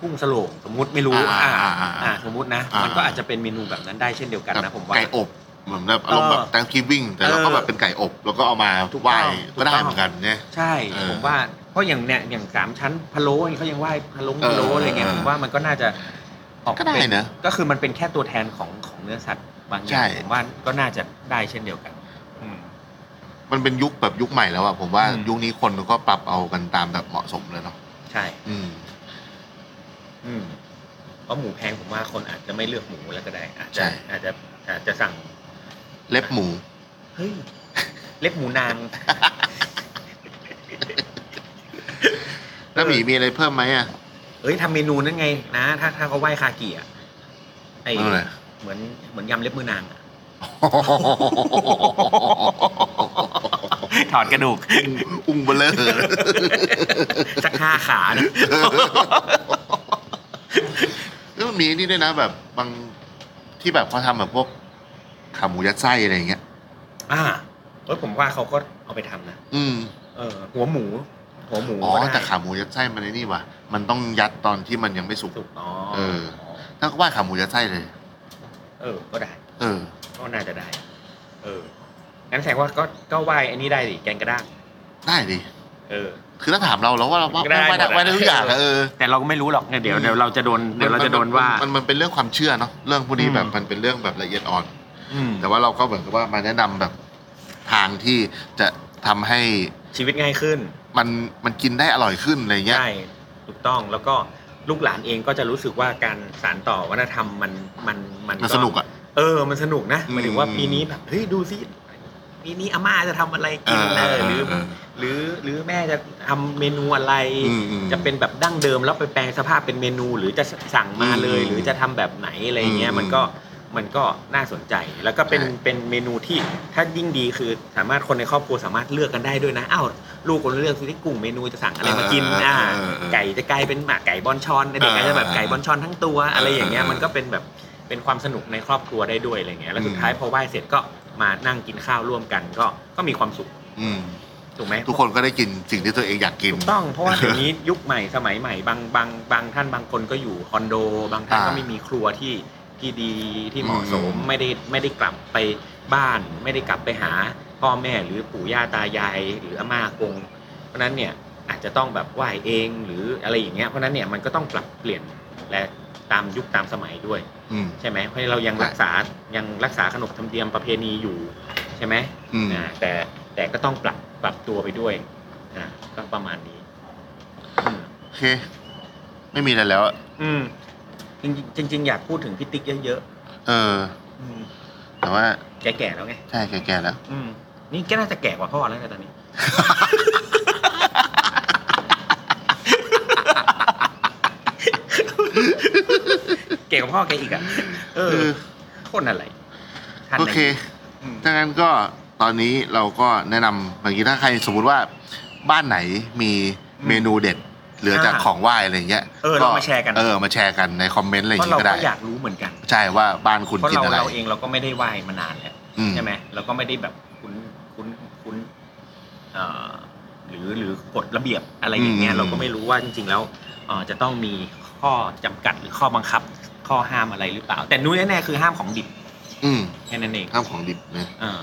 กุ้งสโลงสมมติไม่รู้
อ่า
อ่า
อ่าอ่า
อ่าสมมตินะ
อ่ามั
มันก็อาจจะเป็นเมนูแบบนั้นได้เช่นเดียวกันนะผมว่า
ไก่อบเหมือนแบบอารมณ์แบบ
เออ
แตงคีวิ่งแต่เราก็
เออ
แบบเป็นไก่อบ แล้วก็เอามา
ถูกต้อง
ไหว้
ถู
ก็
กต้อง
ได้เหมือนกันเนี่ย
ใช่
เออ
ผมว่าเพราะอย่างเนี่ยอย่างสามชั้นพะโล้เนี่ยเขายังไหว้พะโล้พะโล้
เออ
อะไรเงี้ย
เออ
ผมว่ามันก็น่าจะออก
ก็ได้
เป็
นะ
ก็คือมันเป็นแค่ตัวแทนของของเนื้อสัตว์บางอ
ใช่
ย่างผมว่าก็น่าจะได้เช่นเดียวกัน อืม
มันเป็นยุคแบบยุคใหม่แล้วอะผมว่า
อืม
ยุคนี้คนก็ปรับเอากันตามแบบเหมาะสมเลยเนาะ
ใช่
อืม
อืมเพราะหมูแพงผมว่าคนอาจจะไม่เลือกหมูแล้วก็ได้ อาจ
ใช่
จะอาจจะอาจจะสั่ง
เล็บหมู
เฮ้ยเล็บหมูนาง
หมีมีอะไรเพิ่มไหมอ่ะ
เอ้ยทำเมนูนั่นไงนะ ถ้าถ้าเขาไหว้คากิอ่ะไอ
เอาอะไร
เหมือนเหมือนยำเล็บมือนางอะ *laughs* ถอดกระดูก
อุ้งเบล
*laughs*
เลอ
สักห้าขานะ
แล้วมันมีนี่ด้วยนะแบบบางที่แบบเขาทำแบบพวกขาหมูยัดไส้อะไรอย่างเงี้ย
อ่าเอ้ยผมว่าเขาก็เอาไปทำนะ
อืม
เออ หัวหมู หัวหมู
อ๋อ
ก็ได้
แต่ขาหมูยัดไส้มันไอ้นี่ว่ะมันต้องยัดตอนที่มันยังไม่สุก
สุกอ๋อ
เออ ถ้าก็ว่าขาหมูยัดไส้เลย
เออ ก็ได้
เออ
ก็น่าจะได้ เออ งั้นแสดงว่าก็ก็ไหวอันนี้ได้ดิแกงกระด้าง
ได้ดิ
เออ
คือถ้าถามเราเราว่าเราว่า
ได้
ว่าว่าได้
หมดอะ
ว่าได้ทุกอย่างอะเออ
แต่เราก็ไม่รู้หรอกเนี่ยเดี๋ยว
อืม
เดี๋ยวเราจะโดนเดี๋ยวเราจะโดนว่า
นมันเป็นเรื่องความเชื่อเนาะเรื่องพวกนี้
อืม
แบบมันเป็นเรื่องแบบละเอียดอ่อน
อืม
แต่ว่าเราก็เหมือนกับว่ามาแนะนำแบบทางที่จะทำให้
ชีวิตง่ายขึ้น
มันมันกินได้อร่อยขึ้นอะไรเงี้ย
ใช่ถูกต้องแล้วก็ลูกหลานเองก็จะรู้สึกว่าการสานต่อวัฒนธรรมมันมันมัน
มันสนุกอะ
เออ มันสนุกนะหมายถึงว่า
อืม
ปีนี้แบบเฮ้ยดูสิปีนี้อาม่าจะทำอะไรกิน
เอ
นะ
อ
หรือ
เออ
หรือหรือแม่จะทำเมนูอะไร
อืมอืม
จะเป็นแบบดั้งเดิมแล้วไปแปลงสภาพเป็นเมนู หรือจะสั่งมาเลย
อืม
หรือจะทำแบบไหนอะไรเงี้ย
อืม
มันก็มันก็น่าสนใจแล้วก็เป็น
ใช่
เป็นเมนูที่ถ้ายิ่งดีคือสามารถคนในครอบครัวสามารถเลือกกันได้ด้วยนะอ้าวลูกคนเลือกที่กลุ่มเมนูจะสั่งอะไรมากิน
เออเออ
อ่า
เออเออ
ไก่จะกลายเป็นหมาไก่บอนชอนเด็
เอ
ก
อ
ๆอาจจะแบบไก่บอนชอนทั้งตัว อะไรอย่างเงี้ย
เออ
มันก็เป็นแบบเป็นความสนุกในครอบครัวได้ด้วยอะไรเงี้ยแล้วสุด
อืม
ท้ายพอไหว้เสร็จก็มานั่งกินข้าวร่วมกันก็ก็มีความสุข
อืม
ถูกไหม
ทุกคนก็ได้กินสิ่งที่ตัวเองอยากกิน
ถูกต้องเพราะว่าเดี๋ยว
*laughs*
นี้ยุคใหม่สมัยใหม่บางบางบางท่านบางคนก็อยู่คอนโด บางท่านก็
อ่า
ไม่มีครัวที่ที่ดีที่เหมาะสม
อืม
ไม่ได้ไม่ได้กลับไปบ้าน ไม่ได้กลับไปหาพ่อแม่หรือปู่ย่าตายายหรืออาม่าอากง เพราะฉะนั้นเนี่ยอาจจะต้องแบบไหวเองหรืออะไรอย่างเงี้ยเพราะฉะนั้นเนี่ยมันก็ต้องปรับเปลี่ยนและตามยุคตามสมัยด้วย
อืม
ใช่ไหมเพราะเรายัง
ใช่
รักษายังรักษาขนบธรรมเนียมประเพณีอยู่ใช่ไหม
อืม
อ่าแต่แต่ก็ต้องปรับปรับตัวไปด้วยอ่าก็ประมาณนี้อืม
โอเค ไม่มีอะไรแล้วอะ
อืมจริงจริง ๆ อยากพูดถึงพิติกเยอะ
เออ
ๆอืม
แต่ว่า
แก่ๆแล้วไง
ใช่แก่ๆแล้ว
อืมนี่แกน่าจะแก่กว่าพ่อแล้วนะตอนนี้ แก่กว่าพ่อแกอีกอ่ะเอ
เอ
อ
อ
โคตรอะไรทันไหน
โอเค
อืม
ถ้างั้นก็ตอนนี้เราก็แนะนำเมื่อกี้ถ้าใครสมมติว่าบ้านไหนมีเมนูเด็ด เหลือจาก
อ่า
ของไหว้อะไรเงี้ย
เออเรามาแชร์กัน
เออมาแชร์กันในคอมเมนต์อะไรอ
เพ
ย่างงี้
ราะเรา
ก็ได้
ก็อยากรู้เหมือนกัน
ใช่ว่าบ้านคุณ
เพราะ
กิน
เรา
อะไร
เราเองเราก็ไม่ได้ไหว้มานานแล้ว
อืม
ใช่ไหมเราก็ไม่ได้แบบคุ้นคุ้นคุ้นเอ่อหรือหรือกฎระเบียบอะไรอย่างเงี้ย
อืม
เราก็ไม่รู้ว่าจริง ๆ แล้วเอ่อจะต้องมีข้อจำกัดหรือข้อบังคับ ข้อห้ามอะไรหรือเปล่า แต่นู้นแน่ๆคือห้ามของดิบ
อืม
แค่นั้นเอง
ห้ามของดิบนะ
เออ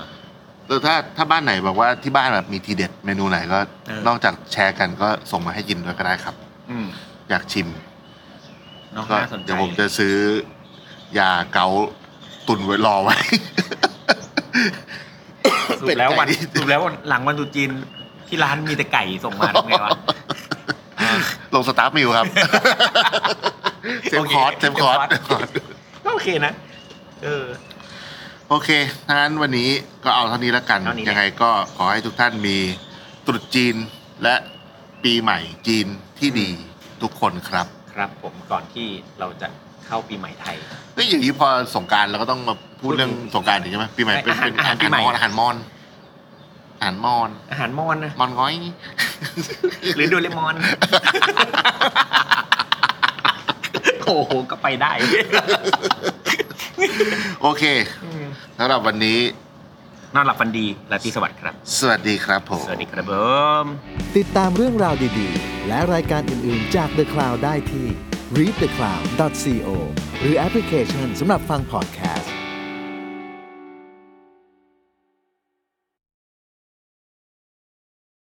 แล้วถ้าถ้าบ้านไหนบอกว่าที่บ้านแบบมีทีเด็ดเมนูไหนก็
เออ
นอกจากแชร์กันก็ส่งมาให้กินด้วยก็ได้ครับ
อืม
อยากชิม
เนาะ
ก็
น่าสนใจ
เดี๋ยวผมจะซื้อยาเกาตุนไว้รอไว้
สรุปแล้ววัน
เป็ดไก่ดิ
สรุปแล้วหลังวันตรุษจีนที่ร้านมีแต่ไก่ส่งมาทำไงวะ
ลงสตาร์ทมิลครับ เซมคอร์สเซมคอร์ส
โอเค ก็โอเคนะเออ
โอเคถ้างั้นวันนี้ก็เอาเท่านี้แล้วกัน
เท่านี้
ยังไงก็ขอให้ทุกท่านมีตรุษจีนและปีใหม่จีนที่ดีทุกคนครับ
ครับ ผมก่อนที่เราจะเข้าปีใหม่ไทย
เอ้ยอย่างนี้พอสงกรารเราก็ต้องมาพูดเรื่องสงกรารใช่ไหมปีใหม่เป็นเป็น
อา
อา
หา
หาร ร
ปีใหม่
มอนอาหารมอนอาหารมอน
อาหารมอนนะ
มอนง้อย
หรือโดูเลมอน โอ้โห ก็ไปได้
โอเคสำหรับวันนี้
*laughs* นอนหลับฝันดีราตรีสวัสดิ์ครับ
สวัสดีครับผม
สวัสดีครับผม
ติดตามเรื่องราวดีๆ และรายการอื่น ๆ จาก The Cloud ได้ที่ readthecloud.co หรือแอปพลิเคชันสำหรับฟังพอดแคสต์